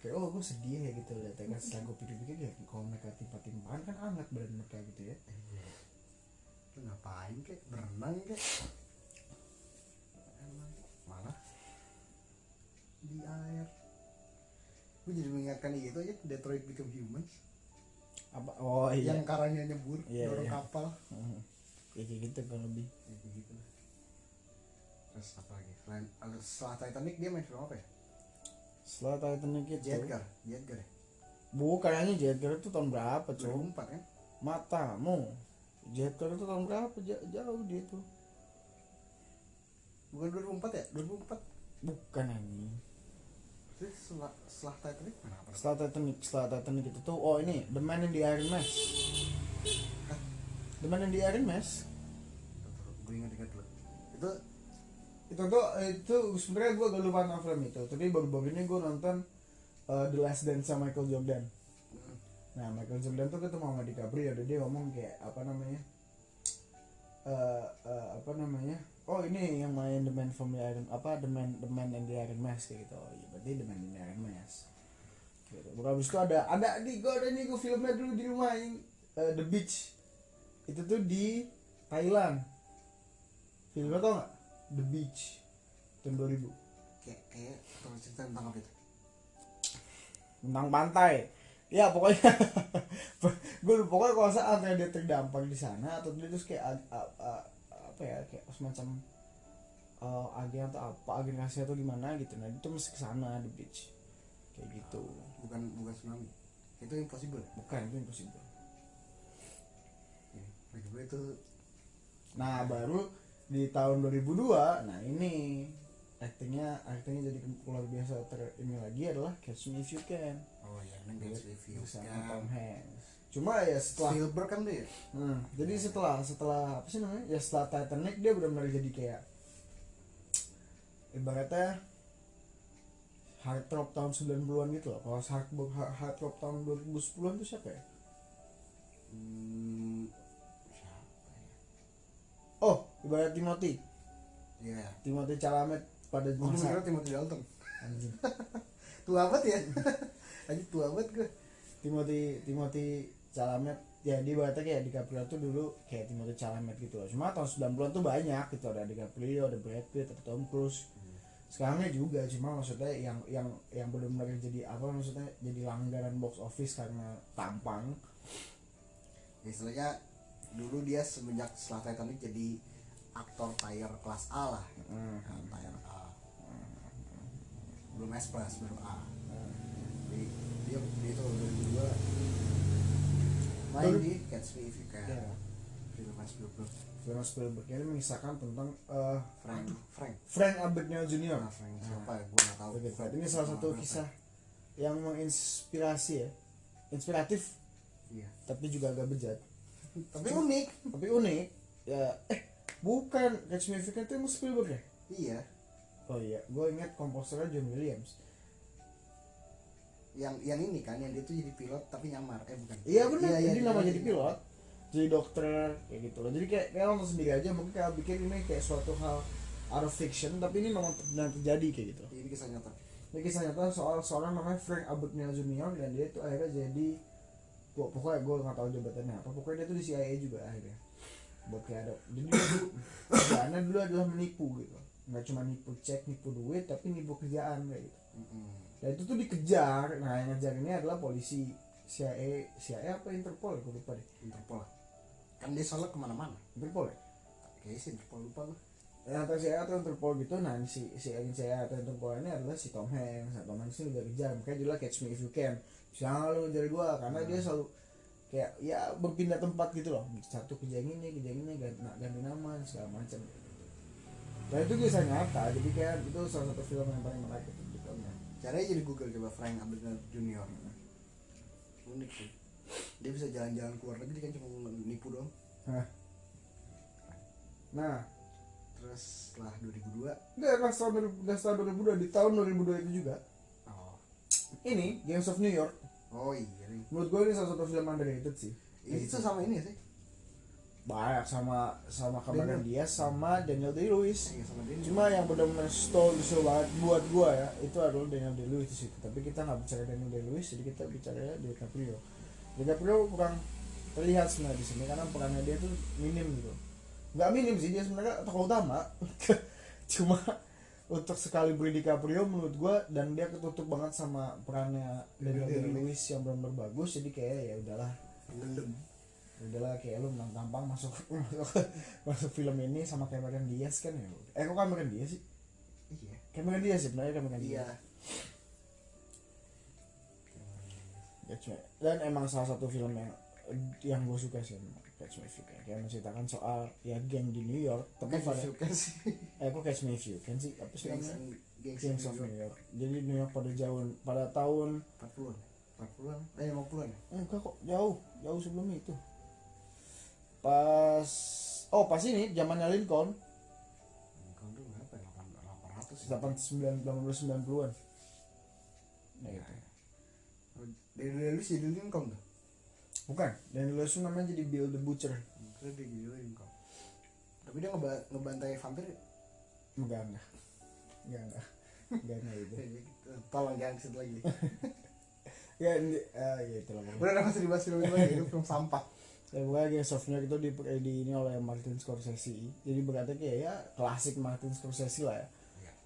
Speaker 2: kayak oh gue sedih ya gitu lihat kan setelah gue pikir-pikir ya kalau mereka timpa-timpaan kan anget badan mereka gitu ya
Speaker 1: lu ngapain kek berenang kek Emang, malah di air gue jadi mengingatkan itu aja Detroit Become Human
Speaker 2: apa oh iya
Speaker 1: yang karangnya nyebur
Speaker 2: Iya,
Speaker 1: dorong
Speaker 2: iya.
Speaker 1: kapal
Speaker 2: Mhm. ya kayak gitu kurang lebih
Speaker 1: ya kayak gitu lah. terus apa lagi selain eh, setelah Titanic dia main film apa ya
Speaker 2: setelah Titanic itu
Speaker 1: J. Edgar J. Edgar ya
Speaker 2: bukan anjing Jet Killer itu tahun berapa cowok
Speaker 1: 2004 kan
Speaker 2: matamu Jet Killer itu tahun berapa Ja- jauh dia tuh
Speaker 1: bukan 2004 ya 2004
Speaker 2: bukan anjing
Speaker 1: terus setelah, setelah Titanic mana apa
Speaker 2: setelah Titanic setelah Titanic itu tuh oh ini The Man in the Iron Mask The Man in the Iron Mask
Speaker 1: gue inget-inget dulu itu
Speaker 2: itu tuh itu sebenarnya gue gak lupa nonton film itu tapi baru-baru ini gue nonton uh, The Last Dance sama Michael Jordan nah Michael Jordan tuh ketemu sama DiCaprio ada dia ngomong kayak apa namanya eh eh, apa namanya oh ini yang main The Man from the Iron apa The Man The Man and the Iron Mask kayak gitu oh iya berarti The Man and the Iron Mask gitu. Baru habis itu ada ada di gue ada nih gue filmnya dulu di rumah yang eh, The Beach itu tuh di Thailand filmnya tau nggak The Beach tahun 2000
Speaker 1: kayak kayak terus cerita tentang apa itu
Speaker 2: tentang pantai ya pokoknya gue pokoknya kalau saya antara dia terdampak di sana atau dia terus kayak ag- a- a- apa ya kayak semacam eh, agen atau apa agen rahasia atau gimana gitu nah itu mesti ke sana di beach kayak gitu
Speaker 1: bukan bukan tsunami itu impossible
Speaker 2: bukan itu impossible
Speaker 1: ya bagi gue itu
Speaker 2: nah baru di tahun 2002 nah ini actingnya actingnya jadi luar biasa ter ini lagi adalah Catch Me If You Can
Speaker 1: oh ya Mendes review
Speaker 2: bersama Iya, Tom
Speaker 1: kan
Speaker 2: Hanks cuma ya setelah
Speaker 1: Spielberg kan dia ya?
Speaker 2: Hmm, jadi setelah setelah apa sih namanya? Ya setelah Titanic dia benar-benar jadi kayak ibaratnya hard rock tahun 90-an gitu loh. Kalau hard, hard, hard rock tahun 2010-an tuh siapa ya?
Speaker 1: hmm, siapa ya
Speaker 2: Oh, ibarat Timothy.
Speaker 1: Iya, ya
Speaker 2: Timothy Chalamet pada
Speaker 1: gue mikirnya
Speaker 2: masa
Speaker 1: Timothy Dalton
Speaker 2: anjing.
Speaker 1: tua banget ya aja tua banget gue
Speaker 2: Timothy Timothy Chalamet ya di ibaratnya kayak DiCaprio tuh dulu kayak Timothy Chalamet gitu loh. Cuma tahun 90-an tuh banyak gitu ada DiCaprio, ada Brad Pitt, ada Tom Cruise. Sekarangnya juga cuma maksudnya yang yang yang benar-benar jadi apa maksudnya jadi langgaran box office karena tampang.
Speaker 1: ya, istilahnya dulu dia semenjak setelah Titanic jadi aktor tier kelas A lah
Speaker 2: Hmm.
Speaker 1: Nah, tier A belum S plus belum A
Speaker 2: Nah,
Speaker 1: jadi dia dia tuh 2002 main
Speaker 2: Dulu-
Speaker 1: di Catch Me If You Can
Speaker 2: Ya,
Speaker 1: film Mas Blubber
Speaker 2: Steven Spielberg ini mengisahkan tentang eh,
Speaker 1: Frank Frank
Speaker 2: Frank Abagnale Jr.
Speaker 1: Nah, Frank siapa ya gue gak
Speaker 2: Iya.
Speaker 1: tau
Speaker 2: Oke, Fred. Ini salah satu kisah yang menginspirasi ya, inspiratif
Speaker 1: iya
Speaker 2: tapi juga agak bejat.
Speaker 1: tapi unik
Speaker 2: tapi unik ya eh bukan Catch Me If You Can itu emang Spielberg ya
Speaker 1: iya
Speaker 2: oh iya gue ingat komposernya John Williams
Speaker 1: yang yang ini kan yang dia tuh jadi pilot tapi nyamar eh bukan
Speaker 2: iya benar jadi
Speaker 1: iya,
Speaker 2: nama
Speaker 1: iya.
Speaker 2: jadi pilot jadi dokter kayak gitu loh jadi kayak kayak nonton sendiri aja mungkin kayak bikin ini kayak suatu hal out of fiction tapi ini memang benar terjadi kayak gitu
Speaker 1: ini kisah nyata
Speaker 2: ini kisah nyata soal seorang namanya Frank Abagnale Jr dan dia itu akhirnya jadi Wah, pokoknya gue nggak tahu jabatannya apa pokoknya dia tuh di CIA juga akhirnya buat kayak ada jadi dia tuh kerjaannya dulu adalah menipu gitu nggak cuma nipu cek nipu duit tapi nipu kerjaan kayak gitu
Speaker 1: Mm-mm.
Speaker 2: dan itu tuh dikejar nah yang ngejar ini adalah polisi CIA CIA apa Interpol ya gue lupa deh
Speaker 1: Interpol kan dia soalnya kemana-mana
Speaker 2: Interpol ya
Speaker 1: kayaknya sih Interpol lupa gue
Speaker 2: Nah, atau CIA atau Interpol gitu nah si si agen CIA atau Interpol ini adalah si Tom Hanks nah, Tom Hanks ini udah kejar makanya dia lah catch me if you can jangan lu ngejar gua karena dia selalu kayak ya berpindah tempat gitu loh satu kerja yang ini kerja yang ini ganti, nah, ganti nama dan segala macam dan itu kisah nyata jadi kayak itu salah satu film yang paling menarik itu di filmnya.
Speaker 1: caranya jadi Google coba Frank Abagnale Junior unik sih dia bisa jalan-jalan keluar negeri kan cuma nipu doang
Speaker 2: Hah. nah
Speaker 1: terus setelah 2002
Speaker 2: nggak nggak tahun nggak tahun 2002 di tahun 2002 itu juga
Speaker 1: oh
Speaker 2: ini Gangs of New York
Speaker 1: oh iya nih
Speaker 2: menurut gua ini salah satu film underrated sih
Speaker 1: ini tuh sama ini ya sih
Speaker 2: banyak sama sama kabaran dia
Speaker 1: Daniel.
Speaker 2: sama Daniel Day Lewis
Speaker 1: iya sama dia
Speaker 2: cuma yang benar-benar stole disuruh banget buat gua ya itu adalah Daniel Day Lewis di situ tapi kita nggak bicara Daniel Day Lewis jadi kita bicara DiCaprio DiCaprio kurang terlihat sebenarnya di sini karena perannya dia tuh minim gitu nggak minim sih dia sebenarnya tokoh utama cuma untuk sekali beri DiCaprio menurut gua dan dia ketutup banget sama perannya Daniel Day Lewis yang benar-benar bagus jadi kayak ya udahlah
Speaker 1: ngelem
Speaker 2: udahlah kayak lu menang tampang masuk masuk, masuk film ini sama Cameron Diaz kan ya eh kok Cameron Diaz sih
Speaker 1: iya
Speaker 2: Cameron Diaz sebenarnya Cameron
Speaker 1: iya
Speaker 2: Diaz Catch Me dan emang salah satu film yang yang gue suka sih emang, Catch Me If You Can kayak menceritakan soal ya geng di New York tapi
Speaker 1: Tapi
Speaker 2: pada
Speaker 1: suka sih.
Speaker 2: eh kok Catch Me If You Can sih apa sih
Speaker 1: Gangs
Speaker 2: namanya
Speaker 1: and- Gangs
Speaker 2: Gangs of
Speaker 1: and
Speaker 2: New York jadi New York pada jauh pada tahun
Speaker 1: 40-an. 40-an. Eh 50-an ya?
Speaker 2: eh, enggak kok jauh jauh sebelum itu pas oh pas ini zamannya Lincoln
Speaker 1: Bukan tuh berapa ya? 800 ya?
Speaker 2: 89 1990-an nah gitu
Speaker 1: Dari dulu jadi Lincoln tuh.
Speaker 2: bukan dan lu namanya jadi Bill the Butcher
Speaker 1: Terus dia jadi Lincoln. Tapi dia ngeba- ngebantai vampir ya,
Speaker 2: enggak enggak enggak enggak enggak enggak itu
Speaker 1: ya, gitu. Tolong jangan ke situ lagi.
Speaker 2: ya ini ah ya itu lah pokoknya.
Speaker 1: Udah udah, nggak usah dibahas film itu lagi, itu film sampah.
Speaker 2: ya pokoknya Gangs of New York itu di, eh, di ini oleh Martin Scorsese jadi berarti kayak ya klasik Martin Scorsese lah ya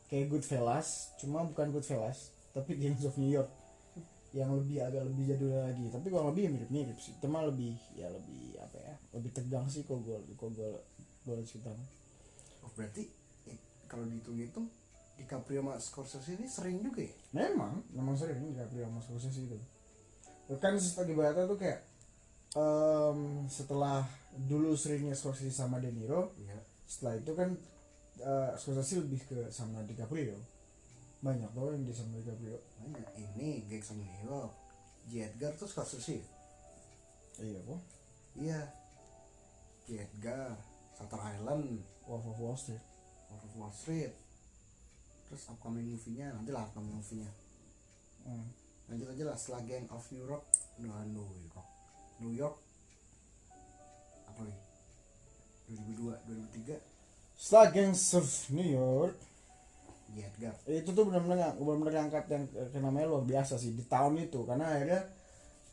Speaker 2: kayak Goodfellas cuma bukan Goodfellas tapi Gangs of New York yang lebih agak lebih jadul lagi tapi kalau lebih ya mirip-mirip sih cuma lebih ya lebih apa ya lebih tegang sih kok gue kok gue gue cerita
Speaker 1: Oh, berarti eh, kalau dihitung-hitung DiCaprio sama Scorsese ini sering juga ya?
Speaker 2: memang memang sering nggak pria sama Scorsese itu kan setelah ibaratnya tuh kayak em, setelah dulu seringnya Scorsese sama De Niro
Speaker 1: Iya.
Speaker 2: setelah itu kan eh, Scorsese lebih ke sama DiCaprio banyak tau yang dia sama DiCaprio
Speaker 1: Mana ini Gangs of New York. J. Edgar tuh Scorsese. ya?
Speaker 2: iya kok
Speaker 1: Iya. J. Edgar, Shutter Island,
Speaker 2: Wolf of Wall Street
Speaker 1: Wolf of Wall Street. Terus upcoming movie-nya nanti lah upcoming movie-nya.
Speaker 2: Hmm.
Speaker 1: Lanjut aja lah setelah Gang of New York, New New York, New York. Apa lagi? 2002, 2003,
Speaker 2: setelah Gangs of New York
Speaker 1: J. Edgar.
Speaker 2: itu tuh benar-benar benar-benar angkat yang ke namanya luar biasa sih di tahun itu karena akhirnya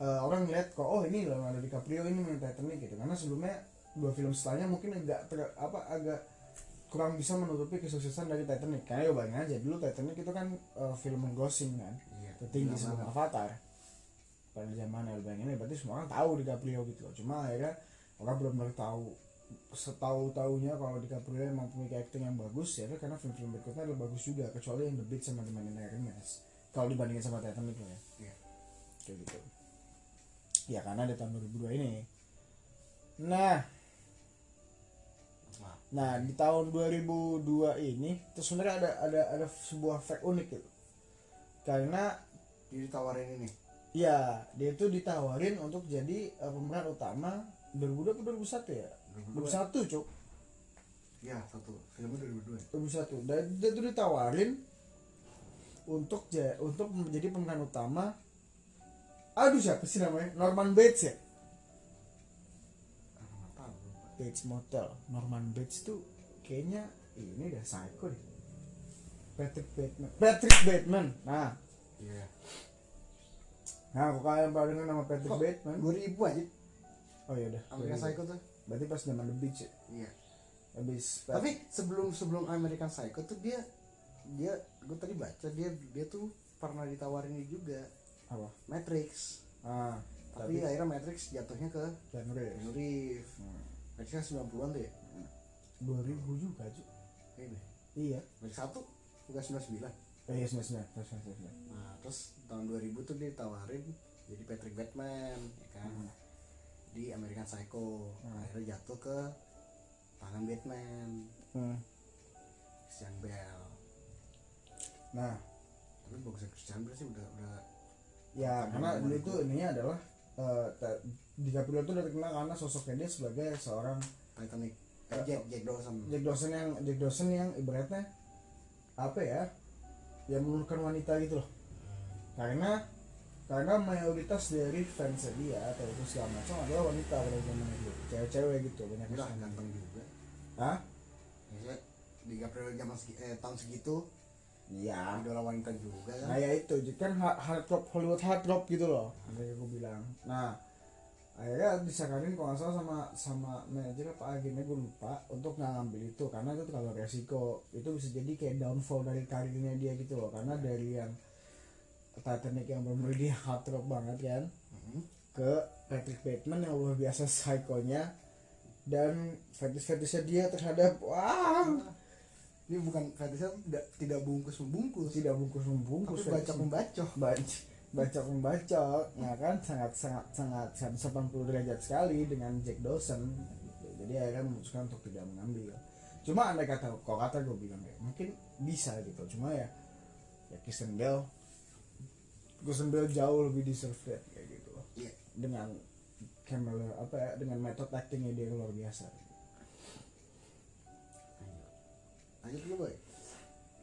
Speaker 2: eh, orang ngeliat kok oh ini Leonardo DiCaprio ini main Titanic gitu karena sebelumnya dua film setelahnya mungkin agak ter- apa agak kurang bisa menutupi kesuksesan dari Titanic karena ya bayangin aja dulu Titanic itu kan eh, film engrossing kan
Speaker 1: Iya.
Speaker 2: tertinggi
Speaker 1: Film
Speaker 2: sebelum Avatar pada zaman ya bayangin berarti semua orang tahu DiCaprio gitu loh cuma akhirnya orang benar-benar tahu setahu tahunya kalau DiCaprio emang punya acting yang bagus ya karena film-film berikutnya adalah bagus juga kecuali yang The Beat sama The Man in Iron Mask kalau dibandingin sama Titanic lah ya
Speaker 1: Iya.
Speaker 2: kayak gitu ya karena ada tahun 2002 ini nah
Speaker 1: Apa?
Speaker 2: nah di tahun 2002 ini terus sebenarnya ada ada ada sebuah fact unik gitu karena
Speaker 1: Jadi ditawarin ini.
Speaker 2: ya dia itu ditawarin untuk jadi eh, pemeran utama 2002 atau 2001 ya 2001
Speaker 1: 2002.
Speaker 2: cuk
Speaker 1: Iya, satu. Filmnya 2002. ya?
Speaker 2: 2001 dan dia tuh ditawarin untuk ja- untuk menjadi pemeran utama aduh siapa sih namanya Norman Bates ya
Speaker 1: Ah, nggak tahu. lupa.
Speaker 2: Bates Motel Norman Bates tuh kayaknya ini udah psycho deh Patrick Bateman Patrick Bateman nah
Speaker 1: Iya.
Speaker 2: nah kok kalian pada dengar nama Patrick
Speaker 1: Kok
Speaker 2: Bateman
Speaker 1: 2000 aja
Speaker 2: oh ya udah
Speaker 1: American Psycho tuh.
Speaker 2: berarti pas zaman The Beach ya?
Speaker 1: Iya.
Speaker 2: habis
Speaker 1: Tapi sebelum sebelum American Psycho tuh dia dia gue tadi baca dia dia tuh pernah ditawarin ini juga
Speaker 2: apa
Speaker 1: Matrix.
Speaker 2: ah
Speaker 1: Tapi,
Speaker 2: tapi ya?
Speaker 1: akhirnya Matrix jatuhnya ke
Speaker 2: Keanu Reeves.
Speaker 1: Keanu Reeves.
Speaker 2: Hmm.
Speaker 1: Matrixnya 90-an tuh ya.
Speaker 2: 2000 juga cuy
Speaker 1: Ini.
Speaker 2: iya
Speaker 1: Matrix 1 bukan 99.
Speaker 2: eh iya sembilan sembilan sembilan, sembilan, sembilan.
Speaker 1: Nah, terus tahun 2000 tuh dia ditawarin jadi Patrick Batman, ya kan?
Speaker 2: Hmm.
Speaker 1: Di American Psycho. Akhirnya jatuh ke tangan Batman,
Speaker 2: Hmm.
Speaker 1: Christian Bale.
Speaker 2: nah
Speaker 1: Tapi bagusnya Christian Bale sih udah udah
Speaker 2: ya
Speaker 1: Karena
Speaker 2: karena dulu
Speaker 1: memori
Speaker 2: tuh ininya adalah eh, ta- DiCaprio tuh udah terkenal karena sosoknya dia sebagai seorang
Speaker 1: Titanic. Eh, Jack Jack Dawson.
Speaker 2: Jack Dawson yang Jack Dawson yang ibaratnya apa ya yang menurunkan wanita gitu loh karena karena mayoritas dari fans dia atau itu segala macam adalah wanita pada zaman itu cewek-cewek gitu banyak
Speaker 1: Udah
Speaker 2: kesana.
Speaker 1: ganteng juga.
Speaker 2: Hah?
Speaker 1: Maksudnya di Gabriel zaman segi- eh, tahun segitu
Speaker 2: Iya.
Speaker 1: idola wanita juga kan.
Speaker 2: Nah ya itu, jadi kan ha- hard rock Hollywood hard rock gitu loh, mereka gue bilang. Nah akhirnya disangkatin kalau nggak salah sama sama manajer apa agennya gue lupa untuk nggak ngambil itu karena itu terlalu resiko itu bisa jadi kayak downfall dari karirnya dia gitu loh karena dari yang Titanic yang bener dia hard rock banget kan
Speaker 1: Mhm.
Speaker 2: ke Patrick Bateman yang luar biasa psikonya dan fetish-fetishnya dia terhadap wah
Speaker 1: Ini bukan fetishnya tidak tidak bungkus membungkus,
Speaker 2: tidak bungkus membungkus
Speaker 1: tapi bacok membacok.
Speaker 2: baca bacok membacok ya kan sangat sangat sangat 180 derajat sekali dengan Jack Dawson gitu. jadi akhirnya memutuskan untuk tidak mengambil cuma andai kata kok kata gue bilang ya mungkin bisa gitu cuma ya ya Kristen Bell Kristen Bell jauh lebih deserved that, kayak gitu loh
Speaker 1: Iya.
Speaker 2: dengan camera apa ya dengan method actingnya dia luar biasa
Speaker 1: lanjut dulu boy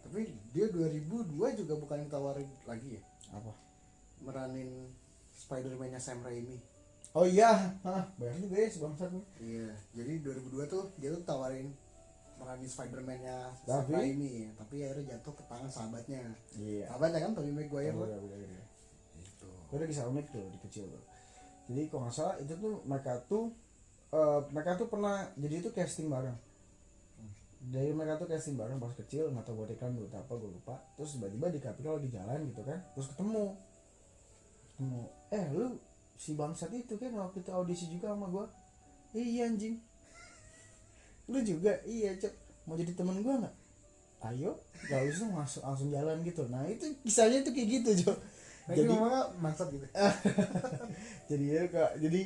Speaker 1: tapi dia 2002 juga bukan yang tawarin lagi ya
Speaker 2: apa
Speaker 1: meranin Spider-Man nya Sam Raimi
Speaker 2: oh iya Hah, banyak juga ya sebangsat nih
Speaker 1: iya jadi 2002 tuh dia tuh tawarin meranin Spider-Man nya Sam
Speaker 2: Tapi?
Speaker 1: Raimi ya. tapi akhirnya jatuh ke tangan sahabatnya
Speaker 2: iya
Speaker 1: sahabatnya kan Tobey Maguire
Speaker 2: Tahu
Speaker 1: lah
Speaker 2: ya, udah, udah.
Speaker 1: gitu
Speaker 2: gue udah kisah komik tuh di kecil tuh jadi kalau nggak salah itu tuh mereka tuh eh, mereka tuh pernah jadi itu casting bareng dari mereka tuh casting bareng pas kecil nggak tahu buat iklan buat apa gue lupa terus tiba-tiba di Capitol di jalan gitu kan terus ketemu ketemu eh lu si bangsat itu kan waktu itu audisi juga sama gue iya anjing lu juga iya cok mau jadi temen gue nggak ayo gak usah langsung langsung jalan gitu nah itu kisahnya tuh kayak gitu cok
Speaker 1: jadi ngomongnya maksud gitu
Speaker 2: jadi ya kak jadi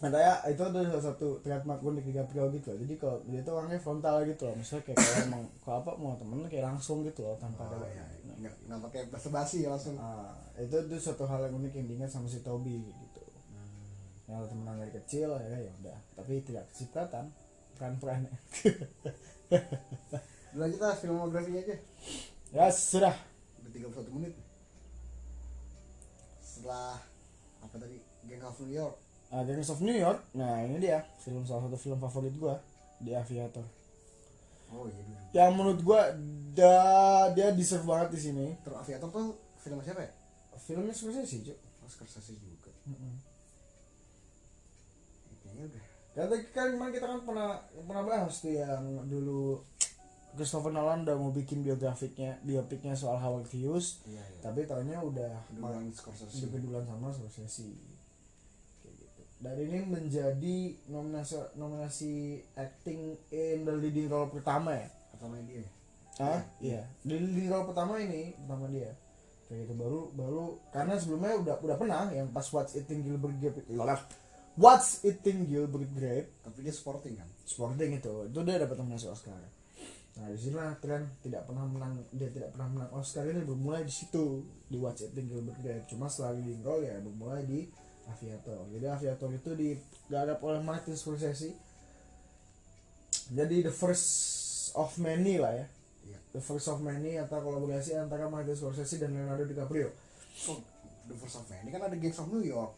Speaker 2: makanya itu ada salah satu trademark unik di Gabriel gitu loh jadi kalau dia tuh orangnya frontal gitu loh misalnya kayak kalau emang kalau apa mau temen lu kayak langsung gitu loh tanpa ada
Speaker 1: oh, iya.
Speaker 2: Nah,
Speaker 1: nggak nggak pakai basa-basi ya langsung
Speaker 2: ah, itu tuh suatu hal yang unik yang diingat sama si Toby gitu yang temenan dari kecil ya ya udah tapi tidak kecipratan peran perannya
Speaker 1: dulu aja lah filmografinya aja
Speaker 2: ya sudah
Speaker 1: udah 31 menit setelah apa tadi Gang of New York
Speaker 2: Ah, Gangs of New York nah ini dia film salah satu film favorit gua di Aviator
Speaker 1: oh iya dulu
Speaker 2: yang menurut gua da, dia deserve banget di sini
Speaker 1: terus Aviator tuh film siapa ya
Speaker 2: filmnya sebenarnya sih cuy
Speaker 1: oh Scorsese juga kayaknya ya udah
Speaker 2: Kata kan kemarin kita kan pernah pernah bahas tuh yang dulu Christopher Nolan udah mau bikin biografiknya biopiknya soal Howard Hughes,
Speaker 1: iya iya
Speaker 2: tapi tahunnya udah
Speaker 1: kedua Scorsese
Speaker 2: udah kedulan sama sesi kayak gitu. Dan ini menjadi nominasi nominasi acting in the leading role pertama ya.
Speaker 1: pertamanya dia ya?
Speaker 2: Hah? Iya. Di di role pertama ini, pertama dia. Kayak gitu baru baru karena sebelumnya udah udah pernah yang pas What's Eating Gilbert Grape. What's Eating Gilbert Grape
Speaker 1: tapi dia supporting kan
Speaker 2: Sporting itu itu dia dapat nominasi Oscar. Nah di sini lah tren tidak pernah menang dia tidak pernah menang Oscar ini bermulai di situ di What's Eating Gilbert Grape cuma setelah leading role ya bermulai di Aviator. Jadi Aviator itu digarap oleh Martin Scorsese. Jadi the first of many lah ya.
Speaker 1: Iya.
Speaker 2: The first of many atau kolaborasi antara Martin Scorsese dan Leonardo DiCaprio.
Speaker 1: oh The First of Many kan ada Gangs of New York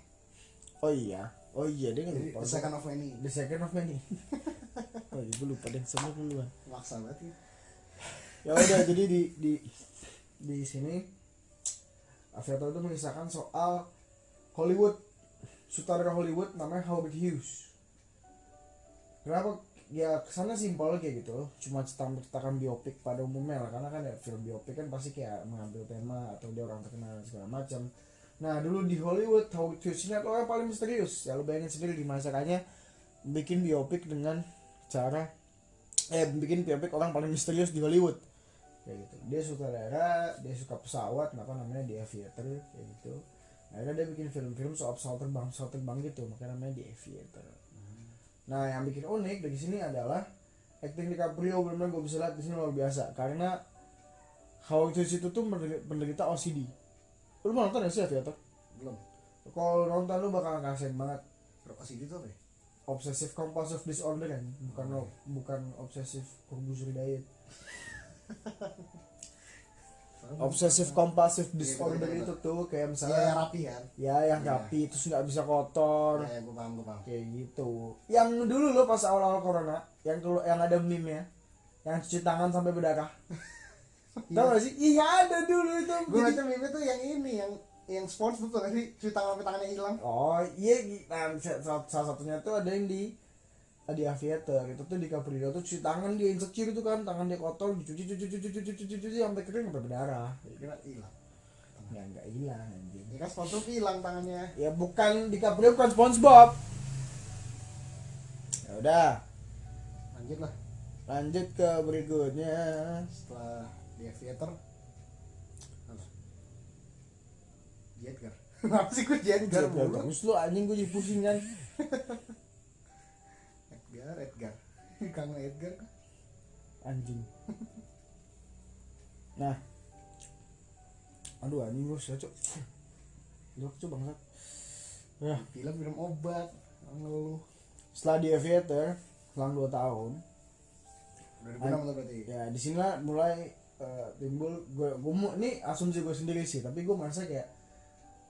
Speaker 2: Oh iya. Oh iya dia kan
Speaker 1: jadi
Speaker 2: lupa.
Speaker 1: The Second of Many
Speaker 2: The second of many. oh iya gue lupa deh semua duluan.
Speaker 1: maksa banget ya
Speaker 2: ya udah jadi di di di sini Aviator itu mengisahkan soal Hollywood sutradara Hollywood namanya Howard Hughes kenapa ya kesana simpel kayak gitu cuma cita menciptakan biopik pada umumnya lah karena kan ya film biopik kan pasti kayak mengambil tema atau dia orang terkenal dan segala macam nah dulu di Hollywood Howard Hughes ini adalah orang paling misterius ya lu bayangin sendiri di masyarakatnya bikin biopik dengan cara eh bikin biopik orang paling misterius di Hollywood kayak gitu dia sutradara dia suka pesawat maka namanya dia aviator kayak gitu akhirnya dia bikin film-film soal pesawat terbang pesawat terbang gitu makanya namanya dia aviator nah yang bikin unik dari sini adalah acting DiCaprio benar-benar gue bisa lihat di sini luar biasa karena Howard Hughes itu tuh menderi- penderita OCD lu mau nonton gak sih aviator
Speaker 1: belum
Speaker 2: kalau nonton lu bakal ngerasain banget
Speaker 1: Rokasi itu apa ya
Speaker 2: obsessive compulsive disorder kan bukan bukan obsesif Corbuzier diet
Speaker 1: Oh,
Speaker 2: obsesif
Speaker 1: iya.
Speaker 2: compulsive disorder
Speaker 1: betul,
Speaker 2: itu tuh kayak
Speaker 1: saya ya,
Speaker 2: misalnya
Speaker 1: rapi kan
Speaker 2: ya yang
Speaker 1: Iya.
Speaker 2: rapi terus nggak bisa kotor
Speaker 1: ya gue paham gue paham
Speaker 2: kayak gitu yang dulu lo pas awal-awal corona yang dulu yang ada meme nya yang cuci tangan sampai berdarah tau gak sih iya ada dulu itu
Speaker 1: gue
Speaker 2: Jadi-
Speaker 1: baca mimpi tuh yang ini yang yang sports tuh tuh sih cuci tangan sampai tangannya hilang
Speaker 2: Oh iya, gi- nah, sa- sa- salah satunya tuh ada yang di di aviator itu tuh di Caprio tuh cuci tangan dia insecure itu kan tangan dia kotor dicuci cuci cuci cuci cuci cuci, cuci sampai kering sampai berdarah
Speaker 1: kira hilang
Speaker 2: ya nggak hilang anjing
Speaker 1: ya kan sports tuh hilang tangannya
Speaker 2: ya bukan di Caprio bukan SpongeBob ya udah
Speaker 1: lanjut lah
Speaker 2: lanjut ke berikutnya
Speaker 1: setelah di aviator apa? Jedgar kenapa sih gue Jedgar
Speaker 2: Jangan
Speaker 1: mulu
Speaker 2: terus lu anjing gue jadi pusing kan
Speaker 1: Edgar Edgar kangen Edgar
Speaker 2: anjing nah aduh anjing gue cocok Gak coba bangsat ya
Speaker 1: film film obat ngeluh
Speaker 2: setelah di Aviator selama 2 tahun
Speaker 1: 2006 tuh berarti
Speaker 2: ya di sinilah mulai eh, timbul gue gue mau ini asumsi gue sendiri sih tapi gue merasa kayak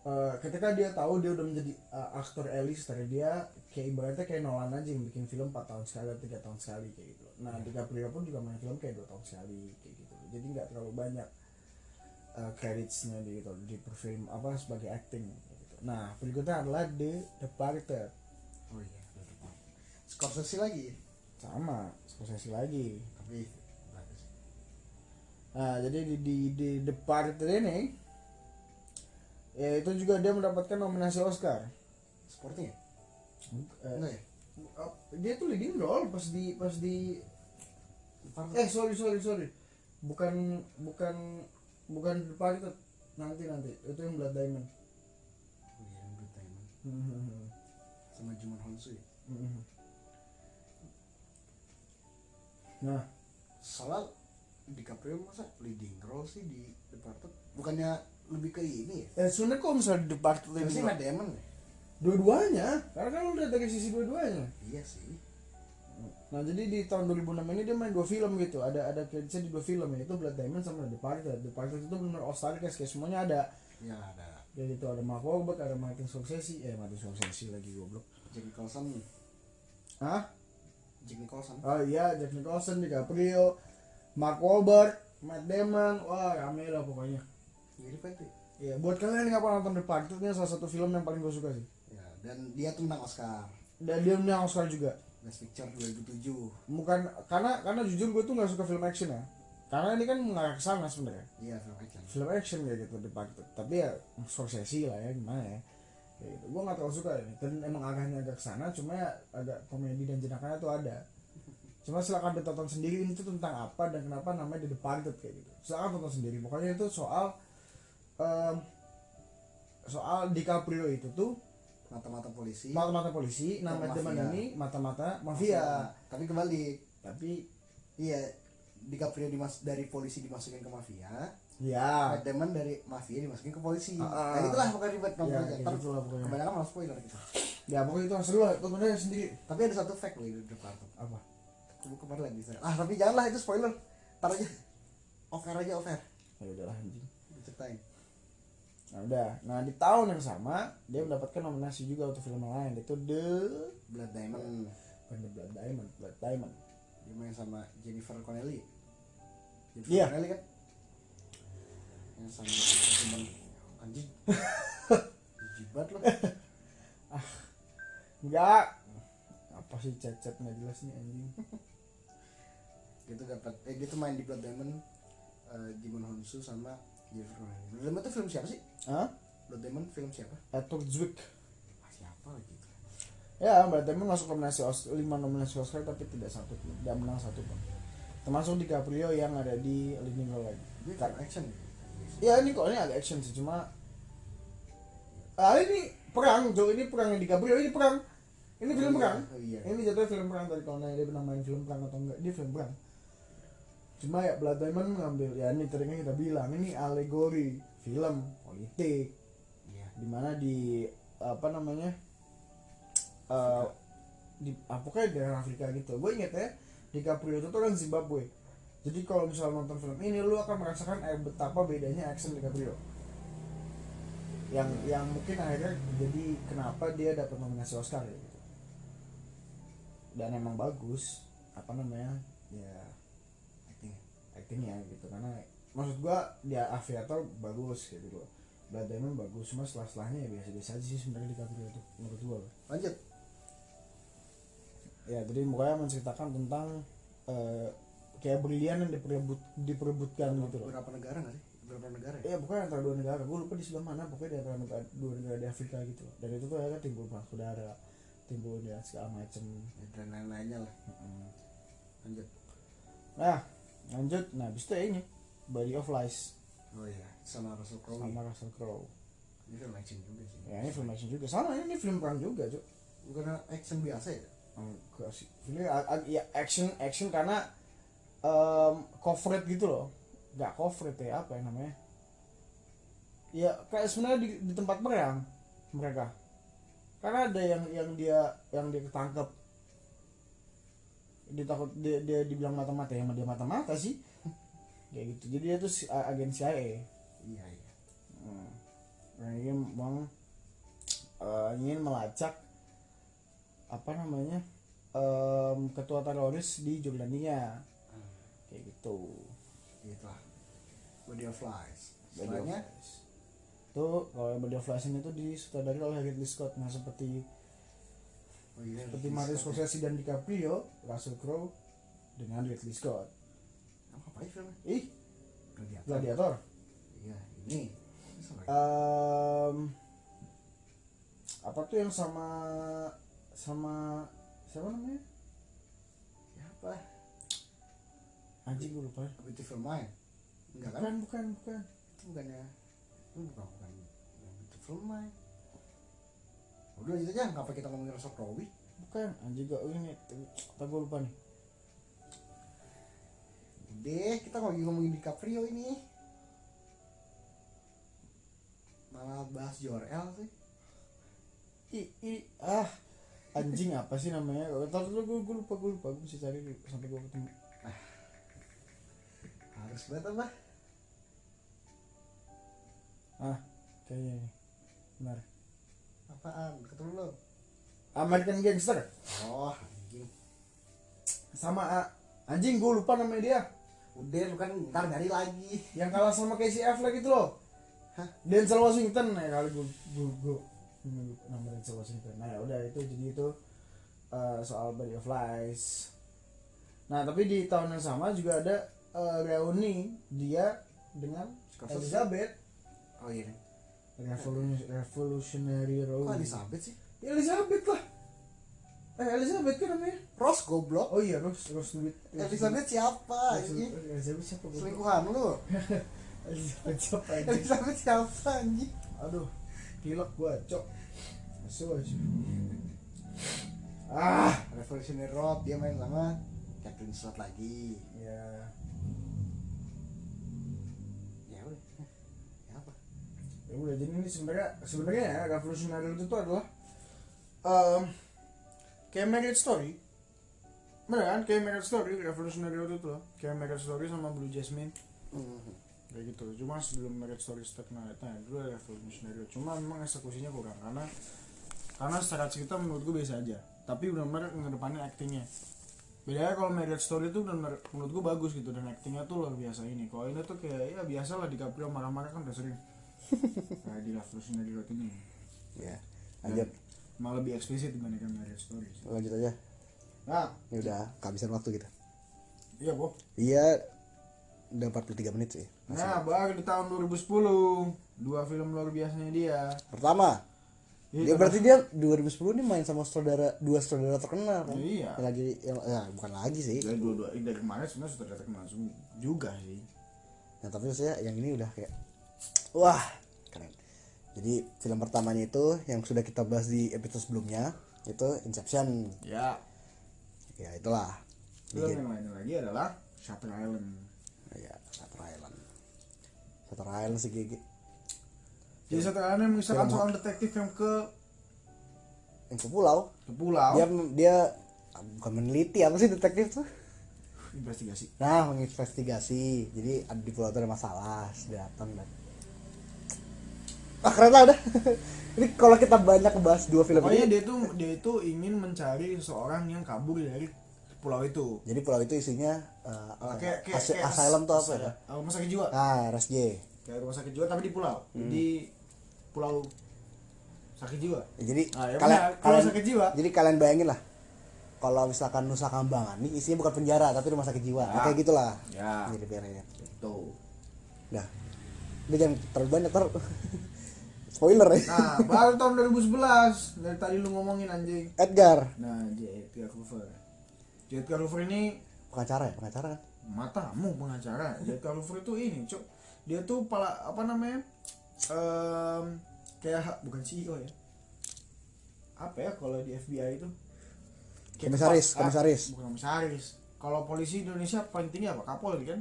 Speaker 2: eh, ketika dia tahu dia udah menjadi eh, aktor elis dari dia kayak ibaratnya kayak Nolan aja yang bikin film 4 tahun sekali atau 3 tahun sekali kayak gitu nah DiCaprio pun juga main film kayak 2 tahun sekali kayak gitu jadi nggak terlalu banyak eh, creditsnya di gitu di per film apa sebagai acting gitu. nah berikutnya adalah The Departed
Speaker 1: oh iya bener banget. Scorsese lagi
Speaker 2: sama Scorsese lagi
Speaker 1: tapi bagus
Speaker 2: Nah, jadi di di, di The Parted ini ya itu juga dia mendapatkan nominasi Oscar.
Speaker 1: sporting ya
Speaker 2: Eh, oh,
Speaker 1: enggak ya
Speaker 2: Nah, dia tuh leading role pas di pas di
Speaker 1: Departed.
Speaker 2: eh sorry sorry sorry bukan bukan bukan The Parted nanti nanti itu yang Blood Diamond.
Speaker 1: oh iya Good Diamond sama Juman Honsu ya
Speaker 2: Nah,
Speaker 1: soalnya DiCaprio masa leading role sih di Departed bukannya lebih ke ini
Speaker 2: eh
Speaker 1: ya
Speaker 2: sebenarnya kok misalnya The Parted
Speaker 1: tapi sih
Speaker 2: leading
Speaker 1: Matt
Speaker 2: role?
Speaker 1: Damon ya
Speaker 2: dua-duanya karena kan lu lihat dari sisi dua-duanya.
Speaker 1: iya sih
Speaker 2: Nah jadi di tahun 2006 ini dia main dua film gitu Ada ada creditsnya di dua film yaitu Blood Diamond sama The Departed The Departed itu benar all star cast kayak semuanya ada
Speaker 1: ya ada
Speaker 2: Ya gitu ada Mark Wahlberg, ada Martin Scorsese Eh Martin Scorsese lagi goblok
Speaker 1: Jack Nicholson
Speaker 2: Hah?
Speaker 1: Jack Nicholson
Speaker 2: Oh iya Jack Nicholson, DiCaprio Mark Wahlberg, Matt Damon Wah rame lah pokoknya
Speaker 1: mirip kan tuh ya?
Speaker 2: Iya buat kalian yang nggak pernah nonton The Departed ini salah satu film yang paling gue suka sih
Speaker 1: ya dan dia tuh menang Oscar
Speaker 2: Dan dia menang Oscar juga
Speaker 1: Best Picture 2007
Speaker 2: Bukan karena karena jujur gue tuh nggak suka film action ya Karena ini kan mengarah ke sana sebenarnya
Speaker 1: iya film action
Speaker 2: film action kayak gitu dipakai tapi ya Scorsese lah ya gimana ya kayak gitu gue nggak terlalu suka ini dan emang arahnya agak kesana cuma ya agak komedi dan jenakannya tuh ada cuma silakan ditonton sendiri ini tuh tentang apa dan kenapa namanya The Departed kayak gitu silakan tonton sendiri pokoknya itu soal em, soal DiCaprio itu tuh
Speaker 1: mata-mata polisi
Speaker 2: mata-mata polisi nama
Speaker 1: Mafia.
Speaker 2: teman ini mata-mata mafia
Speaker 1: tapi kebalik
Speaker 2: tapi
Speaker 1: iya DiCaprio dimas dari polisi dimasukin ke mafia
Speaker 2: ya
Speaker 1: Matt Damon dari mafia dimasukin ke polisi
Speaker 2: Ah, ah,
Speaker 1: nah
Speaker 2: ah.
Speaker 1: itulah pokoknya ribet
Speaker 2: ya
Speaker 1: nontonnya
Speaker 2: kayak
Speaker 1: Ntar
Speaker 2: gitu lah pokoknya
Speaker 1: kebanyakan malah spoiler gitu
Speaker 2: ya pokoknya itu seru lah tontonnya sendiri
Speaker 1: tapi ada satu fact loh di depan
Speaker 2: apa
Speaker 1: aku kemarin lagi saya ah tapi janganlah itu spoiler taruh aja offer aja offer
Speaker 2: ya udahlah anjing
Speaker 1: diceritain
Speaker 2: Nah, udah. Nah, di tahun yang sama dia mendapatkan nominasi juga untuk film yang lain yaitu The Hmm.
Speaker 1: Blood Diamond
Speaker 2: bukan The Blood Diamond, Blood Diamond.
Speaker 1: dia main sama Jennifer Connelly Jennifer
Speaker 2: Iya.
Speaker 1: Connelly kan yang sama teman anjing jibat loh
Speaker 2: Enggak. Apa sih cacat nggak jelas nih anjing.
Speaker 1: dia tuh dapat eh dia tuh main di Blood Diamond eh, Jimon Honsu sama Jennifer Connelly Blood Diamond tuh film siapa sih
Speaker 2: Hah?
Speaker 1: Blood Diamond film siapa
Speaker 2: Edward Zwick.
Speaker 1: ah, siapa lagi itu
Speaker 2: Ya, Blood Diamond masuk nominasi Oscar, 5 nominasi Oscar tapi tidak satu pun, tidak menang satu pun. Termasuk DiCaprio yang ada di leading role lagi.
Speaker 1: dia kan film action
Speaker 2: Ya, ini kok ini agak action sih, cuma Ah, ini perang, Jo. Ini perang yang DiCaprio, ini perang. Ini film perang.
Speaker 1: Oh, iya.
Speaker 2: Ini jatuhnya film perang tadi kalau nanya dia pernah main film perang atau enggak, dia film perang. Cuma ya Blood Diamond ngambil ya ini tadinya kita bilang ini alegori film politik
Speaker 1: iya
Speaker 2: dimana ya. di apa namanya eh di apa kayak daerah Afrika gitu gue inget ya di Caprio itu tuh orang Zimbabwe jadi kalau misalnya nonton film ini lu akan merasakan eh, betapa bedanya action di Caprio yang yang mungkin akhirnya jadi kenapa dia dapat nominasi Oscar ya gitu dan emang bagus apa namanya ya
Speaker 1: acting
Speaker 2: actingnya gitu karena maksud gua dia aviator bagus gitu loh Blood Diamond bagus cuma setelah setelahnya ya biasa biasa aja sih sebenarnya di Caprio itu menurut gua loh.
Speaker 1: lanjut
Speaker 2: ya jadi pokoknya menceritakan tentang eh, kayak brilian yang diperebut diperebutkan gitu loh
Speaker 1: berapa negara nggak sih berapa negara
Speaker 2: ya
Speaker 1: ya?
Speaker 2: pokoknya antara dua negara gue lupa di sebelah mana pokoknya di antara negara- dua negara di Afrika gitu loh dan itu tuh akhirnya timbul perang saudara timbul ya segala macem
Speaker 1: Ya, dan lain-lainnya lah
Speaker 2: Mm-mm.
Speaker 1: lanjut
Speaker 2: nah lanjut nah habis itu ya ini Body of Lies
Speaker 1: oh iya sama Russell Crowe
Speaker 2: sama Russell Crowe
Speaker 1: ini film action juga sih
Speaker 2: ya ini film action juga sama ini film perang juga cuy
Speaker 1: bukan action biasa ya
Speaker 2: Enggak sih. Ini a- a- ya action action karena em coverage gitu loh. Enggak coverage ya apa yang namanya? Ya kayak sebenarnya di, di tempat perang mereka. Karena ada yang yang dia yang dia ketangkep dia takut dia, dia dibilang mata-mata ya sama dia mata-mata sih kayak gitu jadi dia tuh si- a- agen CIA
Speaker 1: iya iya
Speaker 2: Hmm. Nah, ini memang eh, ingin melacak apa namanya em, ketua teroris di Jordania kayak gitu.
Speaker 1: itulah Body of Lies
Speaker 2: Body of
Speaker 1: Selainnya,
Speaker 2: Itu kalau Body of Lies ini tuh disutradari oleh Ridley Scott. Nah seperti
Speaker 1: oh iya,
Speaker 2: seperti
Speaker 1: Ridley
Speaker 2: Martin
Speaker 1: Scott ya.
Speaker 2: Scorsese dan DiCaprio, Russell Crowe dengan Ridley Scott.
Speaker 1: apa apa itu filmnya
Speaker 2: Ih,
Speaker 1: Gladiator.
Speaker 2: Gladiator.
Speaker 1: iya ini Ini sama
Speaker 2: Ah.
Speaker 1: ya?
Speaker 2: Em, apa tuh yang sama sama siapa namanya?
Speaker 1: siapa
Speaker 2: Anjing gue lupa.
Speaker 1: Apa itu film main enggak kan
Speaker 2: Bukan, bukan, bukan.
Speaker 1: itu bukannya itu bukan bukan yang itu film main udah itu aja ngapa kita ngomongin Russell Crowe
Speaker 2: Bukan, anjing gak ini apa gue lupa nih.
Speaker 1: Udah, kita lagi ngomongin DiCaprio ini. Malah bahas Jor-El sih.
Speaker 2: I, i, ah anjing apa sih namanya? Entar dulu gue gue lupa gue lupa gue mesti cari dulu sampai gue ketemu.
Speaker 1: Harus banget apa?
Speaker 2: Ah, kayaknya ini. Benar.
Speaker 1: Apaan? Ketemu lo?
Speaker 2: American Gangster
Speaker 1: Oh, anjing.
Speaker 2: sama ah, anjing gue lupa namanya dia
Speaker 1: Udah, lu kan ntar nyari lagi.
Speaker 2: yang kalah sama Casey Affleck itu loh.
Speaker 1: Hah?
Speaker 2: Denzel Washington ya kali gue gue gue nama Denzel Washington. Nah udah itu jadi itu eh, soal Body of Lies. Nah tapi di tahun yang sama juga ada eh, reuni dia dengan
Speaker 1: Scorsese.
Speaker 2: Elizabeth
Speaker 1: Oh iya. nih.
Speaker 2: Revolution- Revolutionary Road.
Speaker 1: Kok Elizabeth sih?
Speaker 2: Ya, Elizabeth lah. Eh Elizabeth kan namanya?
Speaker 1: Rose goblok.
Speaker 2: Oh iya Rose Rose duit.
Speaker 1: Elizabeth siapa? Anjing.
Speaker 2: Elizabeth siapa? gua?
Speaker 1: Selingkuhan lu.
Speaker 2: Elizabeth siapa anjing?
Speaker 1: Elizabeth siapa anjing?
Speaker 2: Aduh, pilek gua, cok. Asu asu. Ah,
Speaker 1: Revolutionary Road dia main sama Catherine Stewart lagi.
Speaker 2: ya.
Speaker 1: Ya udah. Ya apa?
Speaker 2: Ya udah, jadi ini sebenarnya sebenarnya ya, revolutionary itu tuh adalah em kayak marriage story. Bener kan? Kayak marriage story, revolutionary itu tuh. Kayak marriage story sama Blue Jasmine.
Speaker 1: Mhm.
Speaker 2: kayak gitu cuma sebelum marriage story stuck nah itu ya, dulu ada revolutionary cuma memang eksekusinya kurang karena karena secara cerita menurut gue biasa aja tapi benar-benar ngedepanin actingnya bedanya kalau marriage story itu benar menurut gue bagus gitu dan actingnya tuh luar biasa ini kalau ini tuh kayak ya biasa lah DiCaprio marah-marah kan udah sering kayak di revolutionary road ini
Speaker 3: ya
Speaker 2: Dan
Speaker 3: lanjut
Speaker 2: malah lebih eksplisit dibandingkan marriage story
Speaker 3: lanjut aja
Speaker 2: nah
Speaker 3: ini udah kehabisan waktu kita
Speaker 2: iya boh
Speaker 3: iya udah 43 menit sih
Speaker 2: nah baru di tahun 2010 dua film luar biasanya dia
Speaker 3: pertama
Speaker 2: Iya,
Speaker 3: dia berarti dia 2010 nih main sama saudara dua saudara terkenal kan
Speaker 2: Iya.
Speaker 3: Yang lagi yang, ya, bukan lagi sih
Speaker 4: dari Iya, dua-dua dari kemarin sebenarnya sudah datang langsung juga sih
Speaker 3: nah tapi saya yang ini udah kayak wah keren jadi film pertamanya itu yang sudah kita bahas di episode sebelumnya itu Inception
Speaker 4: ya
Speaker 3: ya itulah
Speaker 4: film
Speaker 2: Iya,
Speaker 3: Dikit.
Speaker 4: yang lainnya lagi adalah Shutter Island
Speaker 3: ya Shutter Island Shutter Island sih Gigi
Speaker 4: jadi Shutter Island yang mengisahkan
Speaker 3: Film-
Speaker 4: seorang detektif yang ke
Speaker 3: yang ke pulau
Speaker 4: ke pulau
Speaker 3: dia dia ah, bukan meneliti apa sih detektif tuh
Speaker 4: investigasi
Speaker 3: nah menginvestigasi jadi ada di pulau itu ada masalah datang dan ah keren lah udah ini kalau kita banyak bahas dua film
Speaker 4: Pokoknya
Speaker 3: ini
Speaker 4: dia tuh dia itu ingin mencari seseorang yang kabur dari pulau itu.
Speaker 3: jadi pulau itu isinya eh, apa ya?
Speaker 4: Ah, Kayak kayak
Speaker 3: As-
Speaker 4: kayak
Speaker 3: asylum tuh apa ya
Speaker 4: eh, Rumah sakit jiwa.
Speaker 3: ah Hmm. RSJ
Speaker 4: Kayak rumah sakit jiwa tapi di pulau. Di pulau sakit jiwa.
Speaker 3: jadi
Speaker 4: Ah, ya
Speaker 3: kalian
Speaker 4: benar. Kalau
Speaker 3: kalian
Speaker 4: sakit jiwa.
Speaker 3: jadi kalian bayangin lah kalau misalkan Nusa Kambangan ini isinya bukan penjara tapi rumah sakit jiwa Nah,
Speaker 4: Ya.
Speaker 3: kayak gitulah
Speaker 4: Ya.
Speaker 3: jadi bayarnya
Speaker 4: Itu.
Speaker 3: Nah, udah jangan terlalu banyak ter spoiler ya.
Speaker 4: Nah, baru tahun 2011 dari tadi lu ngomongin anjing.
Speaker 3: Edgar,
Speaker 4: Nah, J. Edgar Hoover. J. Edgar Hoover ini
Speaker 3: pengacara ya, pengacara kan?
Speaker 4: matamu pengacara J. Edgar Hoover itu ini cuk dia tuh pala apa namanya Em
Speaker 5: kayak ha- bukan CEO ya apa ya kalau di FBI itu Kayak
Speaker 3: Komisaris,
Speaker 5: pas- ah,
Speaker 3: komisaris.
Speaker 2: bukan komisaris kalau polisi Indonesia paling tinggi apa kapolri kan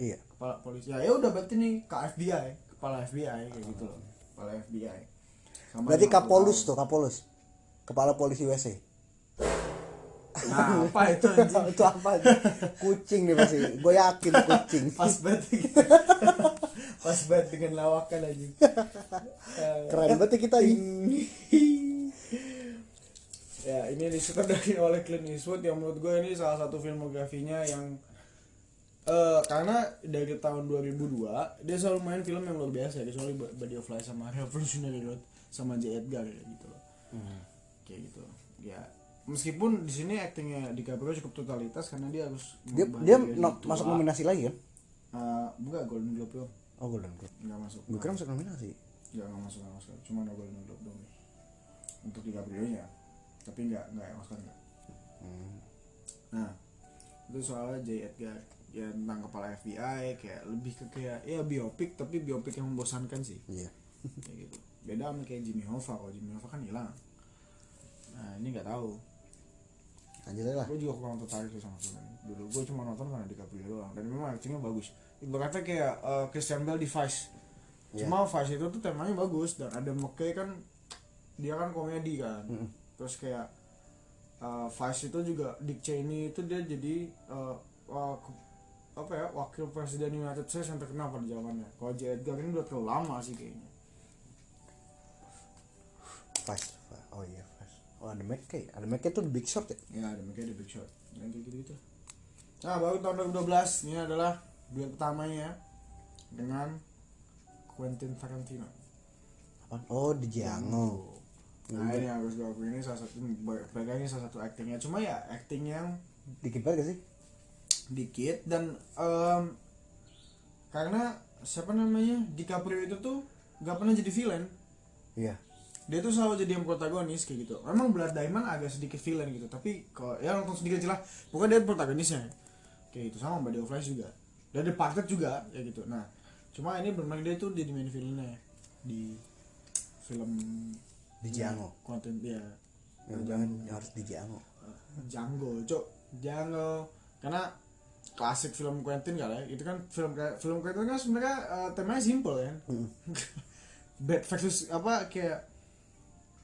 Speaker 3: Iya.
Speaker 2: kepala polisi
Speaker 5: ya ya udah berarti nih ke FBI
Speaker 2: kepala FBI kayak gitu loh kepala FBI Sama
Speaker 3: Berarti
Speaker 2: 50
Speaker 3: Kapolus
Speaker 2: tahun.
Speaker 3: tuh, Kapolus. Kepala Polisi WC.
Speaker 5: nah, apa itu anjing
Speaker 3: itu apa? aja? Kucing nih pasti. Gue yakin kucing.
Speaker 5: pas banget gitu. pas banget dengan lawakan aja
Speaker 3: Keren banget ya kita.
Speaker 5: ya ini disutradarai oleh Clint Eastwood yang menurut gue ini salah satu filmografinya yang eh karena dari tahun 2002 dia selalu main film yang luar biasa kecuali Bo- Body of Lies sama Revolutionary Road sama J Edgar ya, gitu loh
Speaker 3: Hmm.
Speaker 5: kayak gitu ya meskipun di sini aktingnya DiCaprio cukup totalitas karena dia harus
Speaker 3: Dia,
Speaker 5: mengubah
Speaker 3: dia
Speaker 5: diri gitu. Ah,
Speaker 3: no-
Speaker 5: tua.
Speaker 3: masuk nominasi lagi kan?
Speaker 2: Eh, bukan Golden Globe dong
Speaker 3: Oh Golden Globe.
Speaker 2: nggak masuk
Speaker 3: Gue kira masuk nominasi.
Speaker 2: nggak nggak masuk nggak masuk cuma no Golden Globe dong untuk DiCaprio nya tapi nggak nggak Oscar nggak
Speaker 3: Hmm.
Speaker 2: nah itu soalnya J Edgar ya tentang kepala FBI kayak lebih ke kayak ya biopik tapi biopik yang membosankan sih
Speaker 3: Iya.
Speaker 2: kayak gitu beda sama kayak Jimmy Hoffa kalau Jimmy Hoffa kan hilang nah ini nggak tahu
Speaker 3: Lanjut aja lah.
Speaker 2: gue juga kurang tertarik sih sama film ini dulu gue cuma nonton karena DiCaprio doang dan memang actingnya bagus ibaratnya kayak eh, Christian Bale di Vice cuma Vice itu tuh temanya bagus dan ada McKay kan dia kan komedi kan terus kayak eh, Vice itu juga Dick Cheney itu dia jadi eh, eh, ke- apa ya wakil presiden United States yang terkenal pada zamannya kalau J Edgar ini udah terlalu lama sih kayaknya
Speaker 3: Fast. Oh iya Fast. Oh ada McKay. Ada McKay tuh Big Short ya?
Speaker 2: ya ada McKay di Big Shot dan kayak gitu gitu nah baru tahun 2012 ini adalah duet pertamanya dengan Quentin Tarantino
Speaker 3: Apaan? Oh di Django.
Speaker 2: nah
Speaker 3: Iya.
Speaker 2: ini yang harus gue akui, ini salah satu bagainya salah satu actingnya cuma ya acting yang
Speaker 3: Dikit banget gak sih?
Speaker 2: dikit dan em, karena siapa namanya DiCaprio itu tuh gak pernah jadi villain
Speaker 3: Iya.
Speaker 2: dia tuh selalu jadi yang protagonis kayak gitu memang Blood Diamond agak sedikit villain gitu tapi kalau ya nonton sedikit aja lah pokoknya dia protagonisnya kayak gitu sama Body of Lies juga dan Departed juga ya gitu nah cuma ini bermain dia tuh jadi main villainnya di film
Speaker 3: Di Django.
Speaker 2: konten ya
Speaker 3: Ya, jangan harus di Django.
Speaker 2: Django cok Django karena klasik film Quentin kali ya itu kan film film Quentin kan sebenarnya eh, temanya simple ya bad versus apa kayak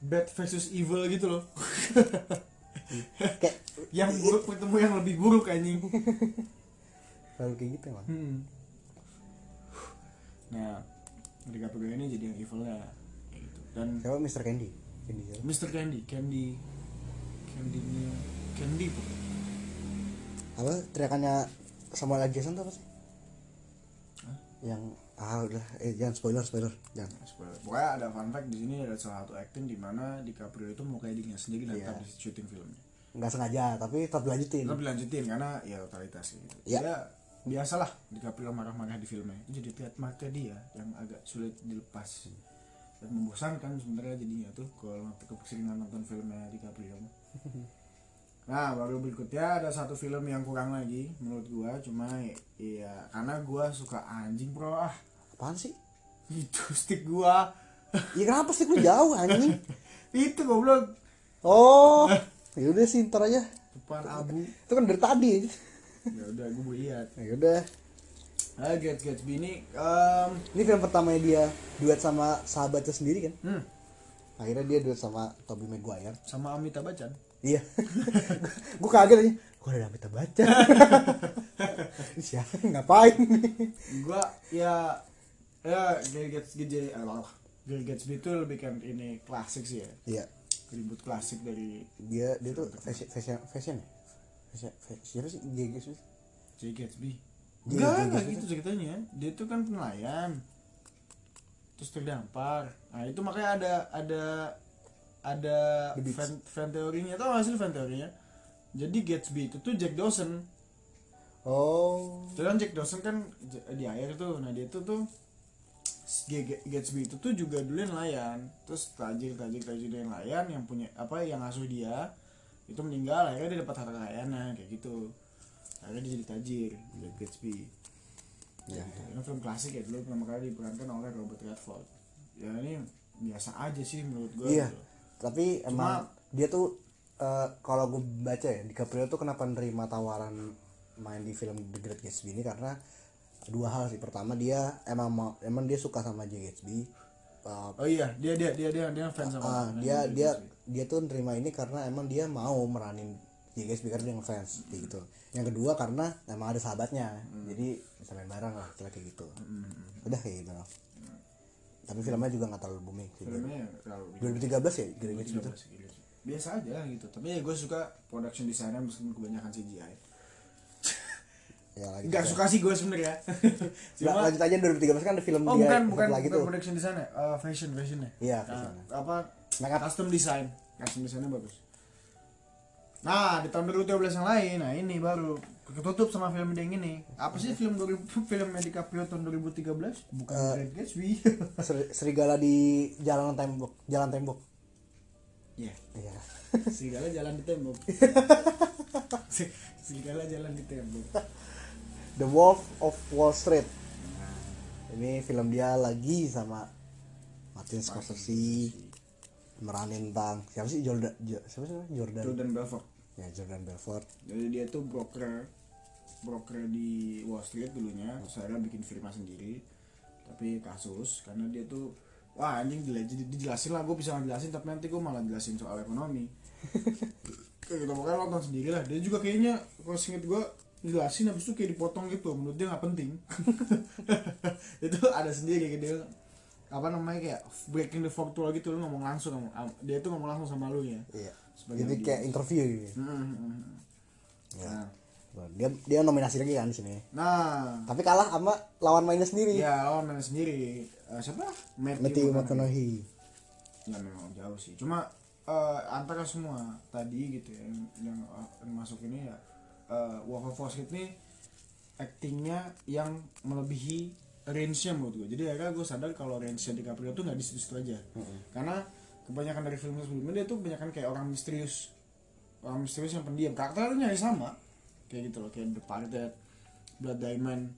Speaker 2: bad versus evil gitu loh
Speaker 3: Kayak
Speaker 2: yang buruk bertemu yang lebih buruk anjing
Speaker 3: selalu kayak gitu emang.
Speaker 2: Hmm. nah DiCaprio ini jadi yang evilnya kayak gitu dan
Speaker 3: Siapa Mr. Candy? Candy siapa?
Speaker 2: Mr. Candy Candy Candy Candy pokoknya.
Speaker 3: apa teriakannya Samuel L. Jackson tuh apa sih?
Speaker 2: Hah?
Speaker 3: Yang ah udah eh jangan spoiler spoiler jangan.
Speaker 2: Spoiler. Pokoknya ada fun fact di sini ada salah satu acting di mana DiCaprio itu melukai dirinya sendiri dan
Speaker 3: Iya.
Speaker 2: tetap di syuting filmnya.
Speaker 3: Nggak sengaja tapi tetap dilanjutin.
Speaker 2: Tapi lanjutin karena ya totalitas gitu.
Speaker 3: Iya.
Speaker 2: Ya biasalah DiCaprio marah-marah di filmnya. Itu jadi pihak mata dia yang agak sulit dilepas dan membosankan sebenarnya jadinya tuh kalau keseringan nonton filmnya DiCaprio. Nah, baru berikutnya ada satu film yang kurang lagi menurut gua cuma ya karena gua suka anjing bro ah
Speaker 3: Apaan sih?
Speaker 2: itu stick gua
Speaker 3: Ya kenapa sih lu jauh anjing?
Speaker 2: itu goblok
Speaker 3: Oh. Ya udah sih ntar aja.
Speaker 2: depan abu
Speaker 3: Itu kan dari tadi.
Speaker 2: ya udah gue mau lihat
Speaker 3: Ya udah.
Speaker 2: ah Get Gatsby ini em,
Speaker 3: Ini film pertamanya dia duet sama sahabatnya sendiri kan?
Speaker 2: hmm,
Speaker 3: Akhirnya dia duet sama Tobey Maguire.
Speaker 2: sama Amitabh Bachchan
Speaker 3: Iya. gue kaget aja. Gue udah dapet baca. Siapa ngapain?
Speaker 2: gue ya ya Get Gatsby jadi eh, Get Gatsby itu lebih kan ini klasik sih ya
Speaker 3: Iya.
Speaker 2: ribut klasik dari
Speaker 3: dia dia tuh fashion fashion fashion ya fashion fashion siapa sih GG sih
Speaker 2: J. Gatsby enggak
Speaker 3: Iya, J.
Speaker 2: enggak
Speaker 3: Gatsby
Speaker 2: gitu ceritanya dia tuh kan penelayan terus terdampar nah itu makanya ada ada ada
Speaker 3: The Beats.
Speaker 2: fan, fan teorinya tau gak sih lu fan teorinya jadi Gatsby itu tuh Jack Dawson
Speaker 3: oh
Speaker 2: Terus Jack Dawson kan j- di air tuh, nah dia tuh tuh G- G- Gatsby itu tuh juga dulu yang nelayan terus tajir tajir tajir yang nelayan yang punya apa yang asuh dia itu meninggal akhirnya dia dapat harta kekayaannya kayak gitu akhirnya dia jadi tajir Jack Gatsby Nah,
Speaker 3: Iya,
Speaker 2: kan ya, gitu. ini film klasik ya dulu pertama kali diperankan oleh Robert Redford ya ini biasa aja sih menurut gitu. gue
Speaker 3: Iya. Tapi emang dia tuh eh, kalau gue baca ya DiCaprio tuh kenapa nerima tawaran main di film The Great Gatsby ini karena dua hal sih. Pertama dia emang mau, emang dia suka sama J Gatsby. Eh,
Speaker 2: oh iya dia dia dia dia dia fans sama
Speaker 3: ah,
Speaker 2: sama
Speaker 3: dia
Speaker 2: Bill
Speaker 3: dia
Speaker 2: Cosby.
Speaker 3: dia tuh nerima ini karena emang dia mau meranin J Gatsby karena dia ngefans kayak gitu. Yang kedua karena emang ada sahabatnya.
Speaker 2: Hmm.
Speaker 3: Jadi bisa main bareng lah istilah kayak gitu. Udah kayak gitu. Tapi filmnya juga nggak terlalu booming. sih.
Speaker 2: filmnya terlalu
Speaker 3: 2013 ya Great Gatsby tuh?
Speaker 2: 13 gitu. biasa aja gitu tapi ya gue suka production desainnya meskipun kebanyakan CGI
Speaker 3: Ya lagi.
Speaker 2: nggak suka sih gue sebenarnya
Speaker 3: Lah,
Speaker 2: cuma
Speaker 3: lanjut aja 2013 kan ada film
Speaker 2: oh
Speaker 3: dia
Speaker 2: bukan
Speaker 3: satu
Speaker 2: bukan
Speaker 3: lagi
Speaker 2: bukan
Speaker 3: tuh.
Speaker 2: production desainnya eh, fashion fashionnya
Speaker 3: Iya,
Speaker 2: Nah,
Speaker 3: fashionnya.
Speaker 2: apa
Speaker 3: Makeup.
Speaker 2: custom design custom desainnya bagus nah di tahun 2013 yang lain nah ini baru ketutup sama film dia yang ini apa sih film 2000 film DiCaprio tahun 2013 bukan
Speaker 3: Eh.
Speaker 2: Great Gatsby
Speaker 3: Ser- Serigala di jalanan tembok, jalan tembok.
Speaker 2: Iya,
Speaker 3: Iya.
Speaker 2: serigala jalan di tembok. Se- serigala jalan di tembok.
Speaker 3: The Wolf of Wall Street. Ini film dia lagi sama Martin Scorsese meranin tentang siapa sih Jordan Jo- siapa sih namanya? Jordan
Speaker 2: Jordan Belfort.
Speaker 3: ya Jordan Belfort
Speaker 2: Jadi dia tuh broker broker di Wall Street dulunya, terus akhirnya bikin firma sendiri. Tapi kasus karena dia tuh wah anjing dile- jadi dijelasin lah gue bisa ngejelasin tapi nanti gue malah jelasin soal ekonomi. kayak gitu pokoknya nonton sendiri lah. Dia juga kayaknya kalau singkat gue jelasin habis itu kayak dipotong gitu menurut dia nggak penting itu ada sendiri kayak dia apa namanya kayak breaking the fourth wall gitu lu ngomong langsung sama- dia tuh ngomong langsung sama lu ya
Speaker 3: iya
Speaker 2: Sebagai
Speaker 3: jadi
Speaker 2: audiens.
Speaker 3: kayak interview gitu
Speaker 2: Hmm, hmm, hmm.
Speaker 3: ya.
Speaker 2: Nah,
Speaker 3: dia dia nominasi lagi kan di sini
Speaker 2: nah
Speaker 3: tapi kalah sama lawan mainnya sendiri
Speaker 2: ya lawan mainnya sendiri Eh, siapa
Speaker 3: Matthew
Speaker 2: McConaughey.
Speaker 3: McConaughey
Speaker 2: ya memang jauh sih cuma eh, antara semua tadi gitu ya yang, yang, eh, yang masuk ini ya eh Wolf of Wall Street ini actingnya yang melebihi range-nya menurut gue jadi akhirnya gue sadar kalau range-nya DiCaprio tuh nggak di situ-situ aja karena kebanyakan dari film sebelumnya dia tuh kebanyakan kayak orang misterius orang misterius yang pendiam karakternya nyaris sama kayak gitu loh kayak The Parted Blood Diamond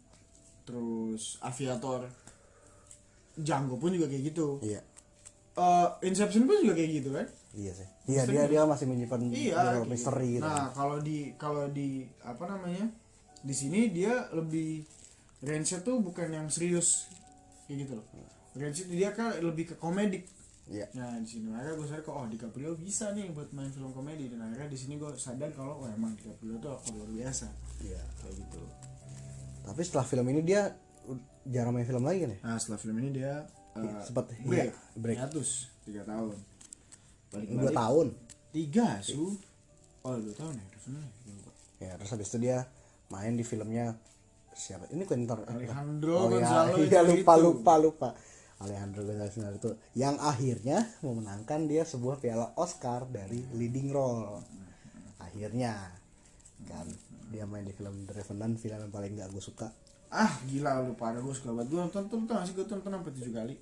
Speaker 2: terus Aviator Django pun juga kayak gitu
Speaker 3: iya
Speaker 2: Eh, Inception pun juga kayak gitu kan
Speaker 3: Iya sih. Iya dia dia masih menyimpan
Speaker 2: iya
Speaker 3: horror
Speaker 2: kayak
Speaker 3: misteri
Speaker 2: gitu.
Speaker 3: Hmm, gitu.
Speaker 2: nah kalau di kalau di apa namanya di sini dia lebih range tuh bukan yang serius kayak gitu loh range dia kan lebih ke komedik
Speaker 3: Iya.
Speaker 2: nah di sini akhirnya gue sadar kok oh DiCaprio bisa nih buat main film komedi dan akhirnya di sini gue sadar kalau wah emang DiCaprio tuh aktor luar biasa
Speaker 3: Iya.
Speaker 2: kayak gitu
Speaker 3: Tapi setelah film ini dia u- jarang main film lagi kan ya?
Speaker 2: nah setelah film ini dia
Speaker 3: Iya,
Speaker 2: eh,
Speaker 3: sempat
Speaker 2: break,
Speaker 3: hi- break.
Speaker 2: hiatus tiga tahun
Speaker 3: Dua tahun.
Speaker 2: tiga su oh dua tahun ya sebenarnya Gua lupa.
Speaker 3: Ya terus habis itu dia main di filmnya siapa? Ini Quentin Tar-
Speaker 2: Alejandro
Speaker 3: iya,
Speaker 2: Gonzalo
Speaker 3: iya,
Speaker 2: itu-
Speaker 3: lupa
Speaker 2: itu.
Speaker 3: lupa lupa. Alejandro Gonzalez itu yang akhirnya memenangkan dia sebuah piala Oscar dari leading role. Akhirnya kan dia main di film The Revenant film yang paling gak gue suka
Speaker 2: ah gila lu parah gue suka banget gue nonton tuh tuh sih gue nonton sampai tujuh kali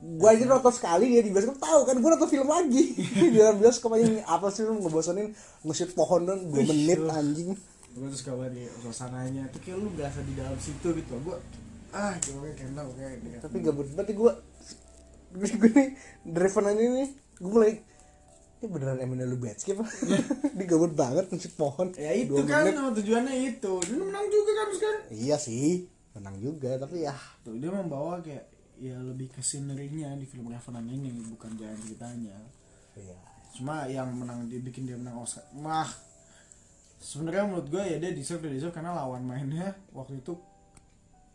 Speaker 3: gue aja nonton sekali dia di bioskop tahu kan gue nonton film lagi di dalam bioskop aja ini apa sih lu ngebosenin ngesit pohon dan dua
Speaker 2: Wih,
Speaker 3: menit
Speaker 2: sure.
Speaker 3: anjing
Speaker 2: gue tuh suka banget ya suasananya tuh kayak lu berasa di dalam situ gitu gue ah cuma kayak kenal kayak dia.
Speaker 3: tapi gabut banget gue gue nih driven aja nih gue mulai ini beneran Emmanuel Lubezki apa dia gabut banget ngesit pohon
Speaker 2: ya itu
Speaker 3: dua
Speaker 2: kan
Speaker 3: menit.
Speaker 2: sama tujuannya itu dia menang juga kan sekarang
Speaker 3: iya sih menang juga tapi ya
Speaker 2: tuh dia membawa kayak ya lebih ke scenery-nya di film Revenant ini bukan jalan ceritanya
Speaker 3: iya
Speaker 2: cuma yang menang dibikin dia menang Oscar mah sebenarnya menurut gue ya dia deserve dia deserve karena lawan mainnya waktu itu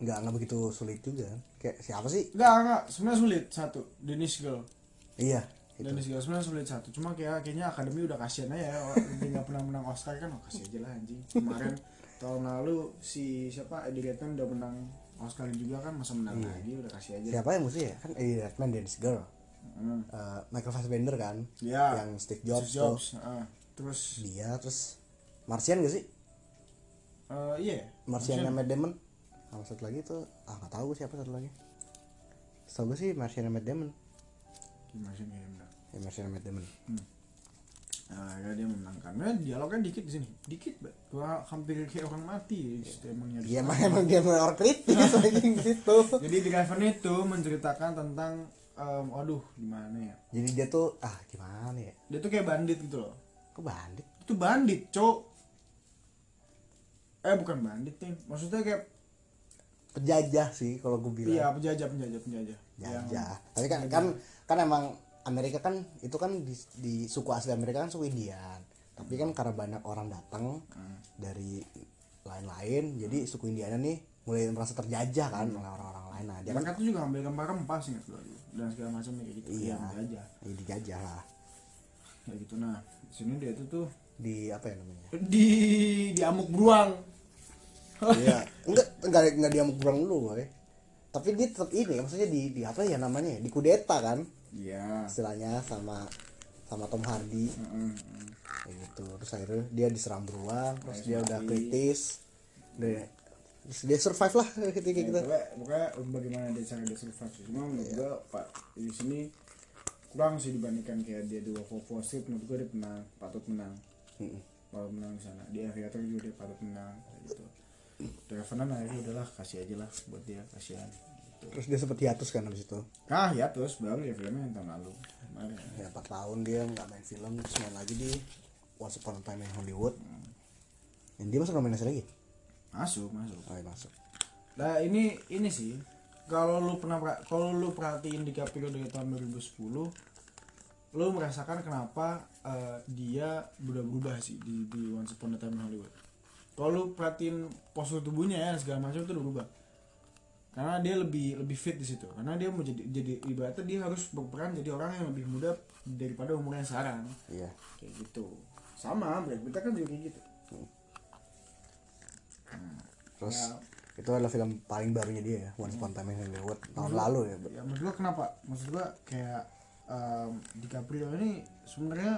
Speaker 3: nggak nggak begitu sulit juga kan. kayak siapa sih
Speaker 2: enggak enggak sebenarnya sulit satu Danish Girl
Speaker 3: iya itu
Speaker 2: Dan di segala sebenarnya sulit satu, cuma kayak kayaknya akademi udah kasihan aja ya, dia nggak pernah menang Oscar kan, oh, kasih aja lah anjing. Kemarin tahun lalu si siapa Eddie Redmayne udah menang Oscar juga kan, masa menang lagi udah kasih aja.
Speaker 3: Iya. siapa yang mesti ya kan Eddie Redmayne Dennis Girl
Speaker 2: Hmm.
Speaker 3: Eh, Michael Fassbender kan
Speaker 2: Iya.
Speaker 3: yang Steve Jobs, Iya.
Speaker 2: Steve
Speaker 3: tuh.
Speaker 2: Jobs, ah. terus
Speaker 3: dia terus Martian gak sih
Speaker 2: eh, iya.
Speaker 3: Martian
Speaker 2: Martian.
Speaker 3: sama Damon sama satu lagi tuh ah nggak tahu siapa satu lagi setahu gue sih Martian sama Damon
Speaker 2: Martian ya, benar.
Speaker 3: ya Martian sama Damon
Speaker 2: Nah, akhirnya dia menangkan. Nah, dialognya dikit di sini, dikit, Mbak. gua hampir kayak orang
Speaker 3: Iya.
Speaker 2: mati, ya. emangnya.
Speaker 3: dia emang emang dia emang orang kritis lagi di situ
Speaker 2: Jadi The Raven itu menceritakan tentang em, aduh gimana ya
Speaker 3: jadi dia tuh ah gimana ya
Speaker 2: dia tuh kayak bandit gitu loh
Speaker 3: kok bandit
Speaker 2: itu bandit cok eh bukan bandit nih maksudnya kayak
Speaker 3: penjajah sih kalau gue bilang
Speaker 2: iya penjajah penjajah penjajah
Speaker 3: penjajah tapi kan kan kan emang Amerika kan itu kan di, di suku asli Amerika kan suku Indian tapi kan karena banyak orang datang dari lain-lain jadi suku Indiana nih mulai merasa terjajah kan oleh orang-orang lain nah dia
Speaker 2: yang
Speaker 3: kan
Speaker 2: mereka tuh juga ambil gambar rempah sih gitu dan segala macamnya kayak gitu
Speaker 3: Iya.
Speaker 2: Iya, penjajah
Speaker 3: ya, dijajah lah
Speaker 2: kayak gitu nah di sini dia tuh tuh
Speaker 3: di apa ya namanya
Speaker 2: di diamuk beruang
Speaker 3: iya enggak enggak enggak dia kurang dulu gue tapi dia tetap ini maksudnya di, di apa ya namanya di kudeta kan
Speaker 2: iya
Speaker 3: istilahnya sama sama Tom Hardy
Speaker 2: Heeh.
Speaker 3: kayak gitu terus akhirnya dia diserang berulang terus dia udah
Speaker 2: Hardy.
Speaker 3: kritis dia, terus dia survive lah ketika
Speaker 2: Ya,
Speaker 3: gitu. kita
Speaker 2: coba pokoknya bagaimana dia cara dia survive sih. Cuma menurut gua Pak di sini kurang sih dibandingkan kayak dia di Wolf of Wall Street menurut gua dia menang, patut menang.
Speaker 3: Mm-mm.
Speaker 2: Patut menang di sana. Di Aviator juga dia patut menang kayak gitu. The Revenant akhirnya ya udahlah kasih aja lah buat dia kasihan. Gitu.
Speaker 3: terus dia sempat hiatus kan abis itu
Speaker 2: Nah ya terus baru dia filmnya yang tahun lalu kemarin.
Speaker 3: ya 4 tahun dia nggak main film terus main lagi di Once Upon a Time in Hollywood dan dia masuk nominasi lagi
Speaker 2: Masuk masuk.
Speaker 3: oh, iya, masuk
Speaker 2: Nah ini ini sih kalau lu pernah pra- kalau lu perhatiin di KPK dari tahun 2010 lu merasakan kenapa eh, dia udah berubah sih di, di Once Upon a Time in Hollywood. Kalau lu perhatiin postur tubuhnya ya segala macam itu udah berubah. Karena dia lebih lebih fit di situ. Karena dia mau jadi jadi ibaratnya dia harus berperan jadi orang yang lebih muda daripada umurnya sekarang.
Speaker 3: iya
Speaker 2: Kayak gitu. Sama, Brad Pitt kan juga kayak gitu.
Speaker 3: terus
Speaker 2: Ya.
Speaker 3: itu adalah film paling barunya dia ya Once Upon a Time in Hollywood tahun lalu ya
Speaker 2: ya maksud gua kenapa maksud gua kayak em, DiCaprio ini sebenarnya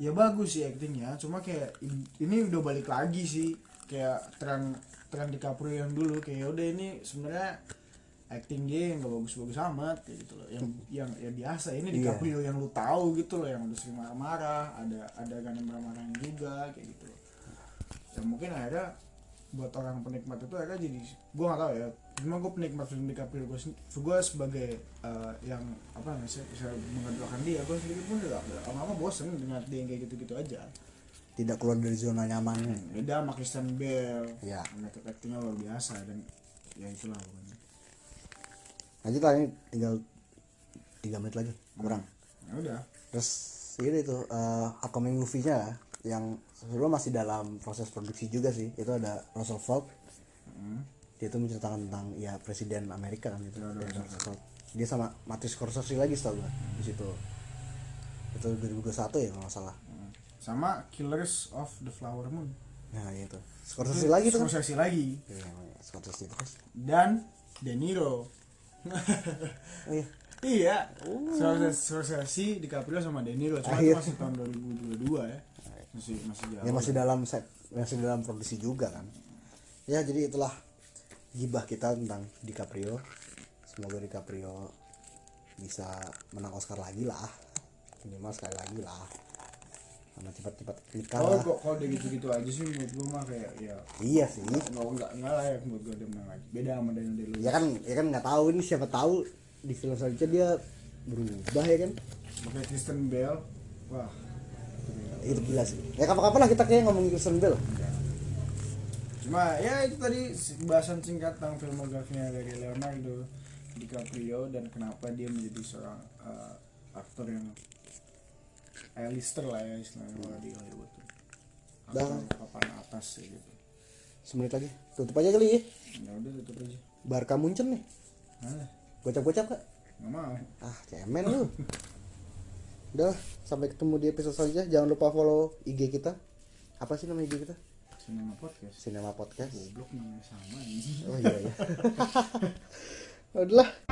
Speaker 2: ya bagus sih aktingnya cuma kayak in- ini udah balik lagi sih kayak tren tren DiCaprio yang dulu kayak ya udah ini sebenarnya acting dia yang gak bagus-bagus amat kayak gitu loh yang yang ya biasa ini
Speaker 3: Iya.
Speaker 2: DiCaprio yang lu tahu gitu loh yang udah sering marah-marah ada ada kan yang marah-marah juga kayak gitu loh ya mungkin akhirnya buat orang penikmat itu akhirnya jadi gue gak tahu ya cuma gue penikmat film DiCaprio gue gue sebagai eh, yang apa namanya saya bisa mengandalkan dia gue sendiri pun udah udah lama-lama bosen dengan dia yang kayak gitu-gitu aja
Speaker 3: tidak keluar dari zona nyamannya
Speaker 2: beda sama Christian Bale
Speaker 3: Iya.
Speaker 2: method actingnya luar biasa dan ya itulah pokoknya
Speaker 3: Nanti tadi tinggal tiga menit lagi kurang.
Speaker 2: ya udah
Speaker 3: Terus ini tuh eh, upcoming movie-nya yang sebelum masih dalam proses produksi juga sih. Itu ada Russell Falk. Dia tuh menceritakan tentang ya presiden Amerika kan gitu. Ya, Russell Falk. Dia sama Martin Scorsese lagi setahu gua di situ. Itu 2021 ya kalau nggak salah.
Speaker 2: sama Killers of the Flower Moon
Speaker 3: Nah, itu. Scorsese lagi tuh kan.
Speaker 2: Scorsese lagi
Speaker 3: Iya, Scorsese terus.
Speaker 2: dan De Niro
Speaker 3: Oh iya.
Speaker 2: Iya, Scorsese, Scorsese, DiCaprio sama De Niro Cuma
Speaker 3: Uh. Akhir.
Speaker 2: itu masih tahun 2022 ya Masih, masih jauh
Speaker 3: ya masih dalam set masih dalam produksi juga kan ya jadi itulah gibah kita tentang DiCaprio semoga DiCaprio bisa menang Oscar lagi lah minimal sekali lagi lah sama cepat-cepat nikah
Speaker 2: Kalau
Speaker 3: lah
Speaker 2: kok kalau dia gitu-gitu aja sih menurut gue mah kayak ya
Speaker 3: iya sih
Speaker 2: nggak nggak nggak layak ya, menurut gue dia menang lagi. Beda sama Daniel Day Lewis.
Speaker 3: ya kan ya kan nggak tahu ini siapa tahu di film selanjutnya dia berubah ya kan
Speaker 2: Pakai Kristen Bell, wah.
Speaker 3: itu gila sih ya kapan-kapan lah kita kayak ngomongin Kristen Bell
Speaker 2: Cuma ya itu tadi bahasan singkat tentang filmografinya dari Leonardo DiCaprio dan kenapa dia menjadi seorang eh, aktor yang elister lah ya istilahnya kalau di Hollywood tuh. Aktor
Speaker 3: Dan-
Speaker 2: papan atas ya gitu.
Speaker 3: semenit lagi tutup aja kali ya
Speaker 2: Ya udah tutup aja.
Speaker 3: Barca Munchen nih
Speaker 2: Hah,
Speaker 3: gocap-gocap kak
Speaker 2: nggak mau.
Speaker 3: Ah, cemen lu. Udah, sampai ketemu di episode selanjutnya. Jangan lupa follow IG kita. Apa sih nama IG kita?
Speaker 2: Cinema podcast.
Speaker 3: Cinema Podcast. iya,
Speaker 2: Goblok namanya sama ini.
Speaker 3: Oh iya iya. Udah lah.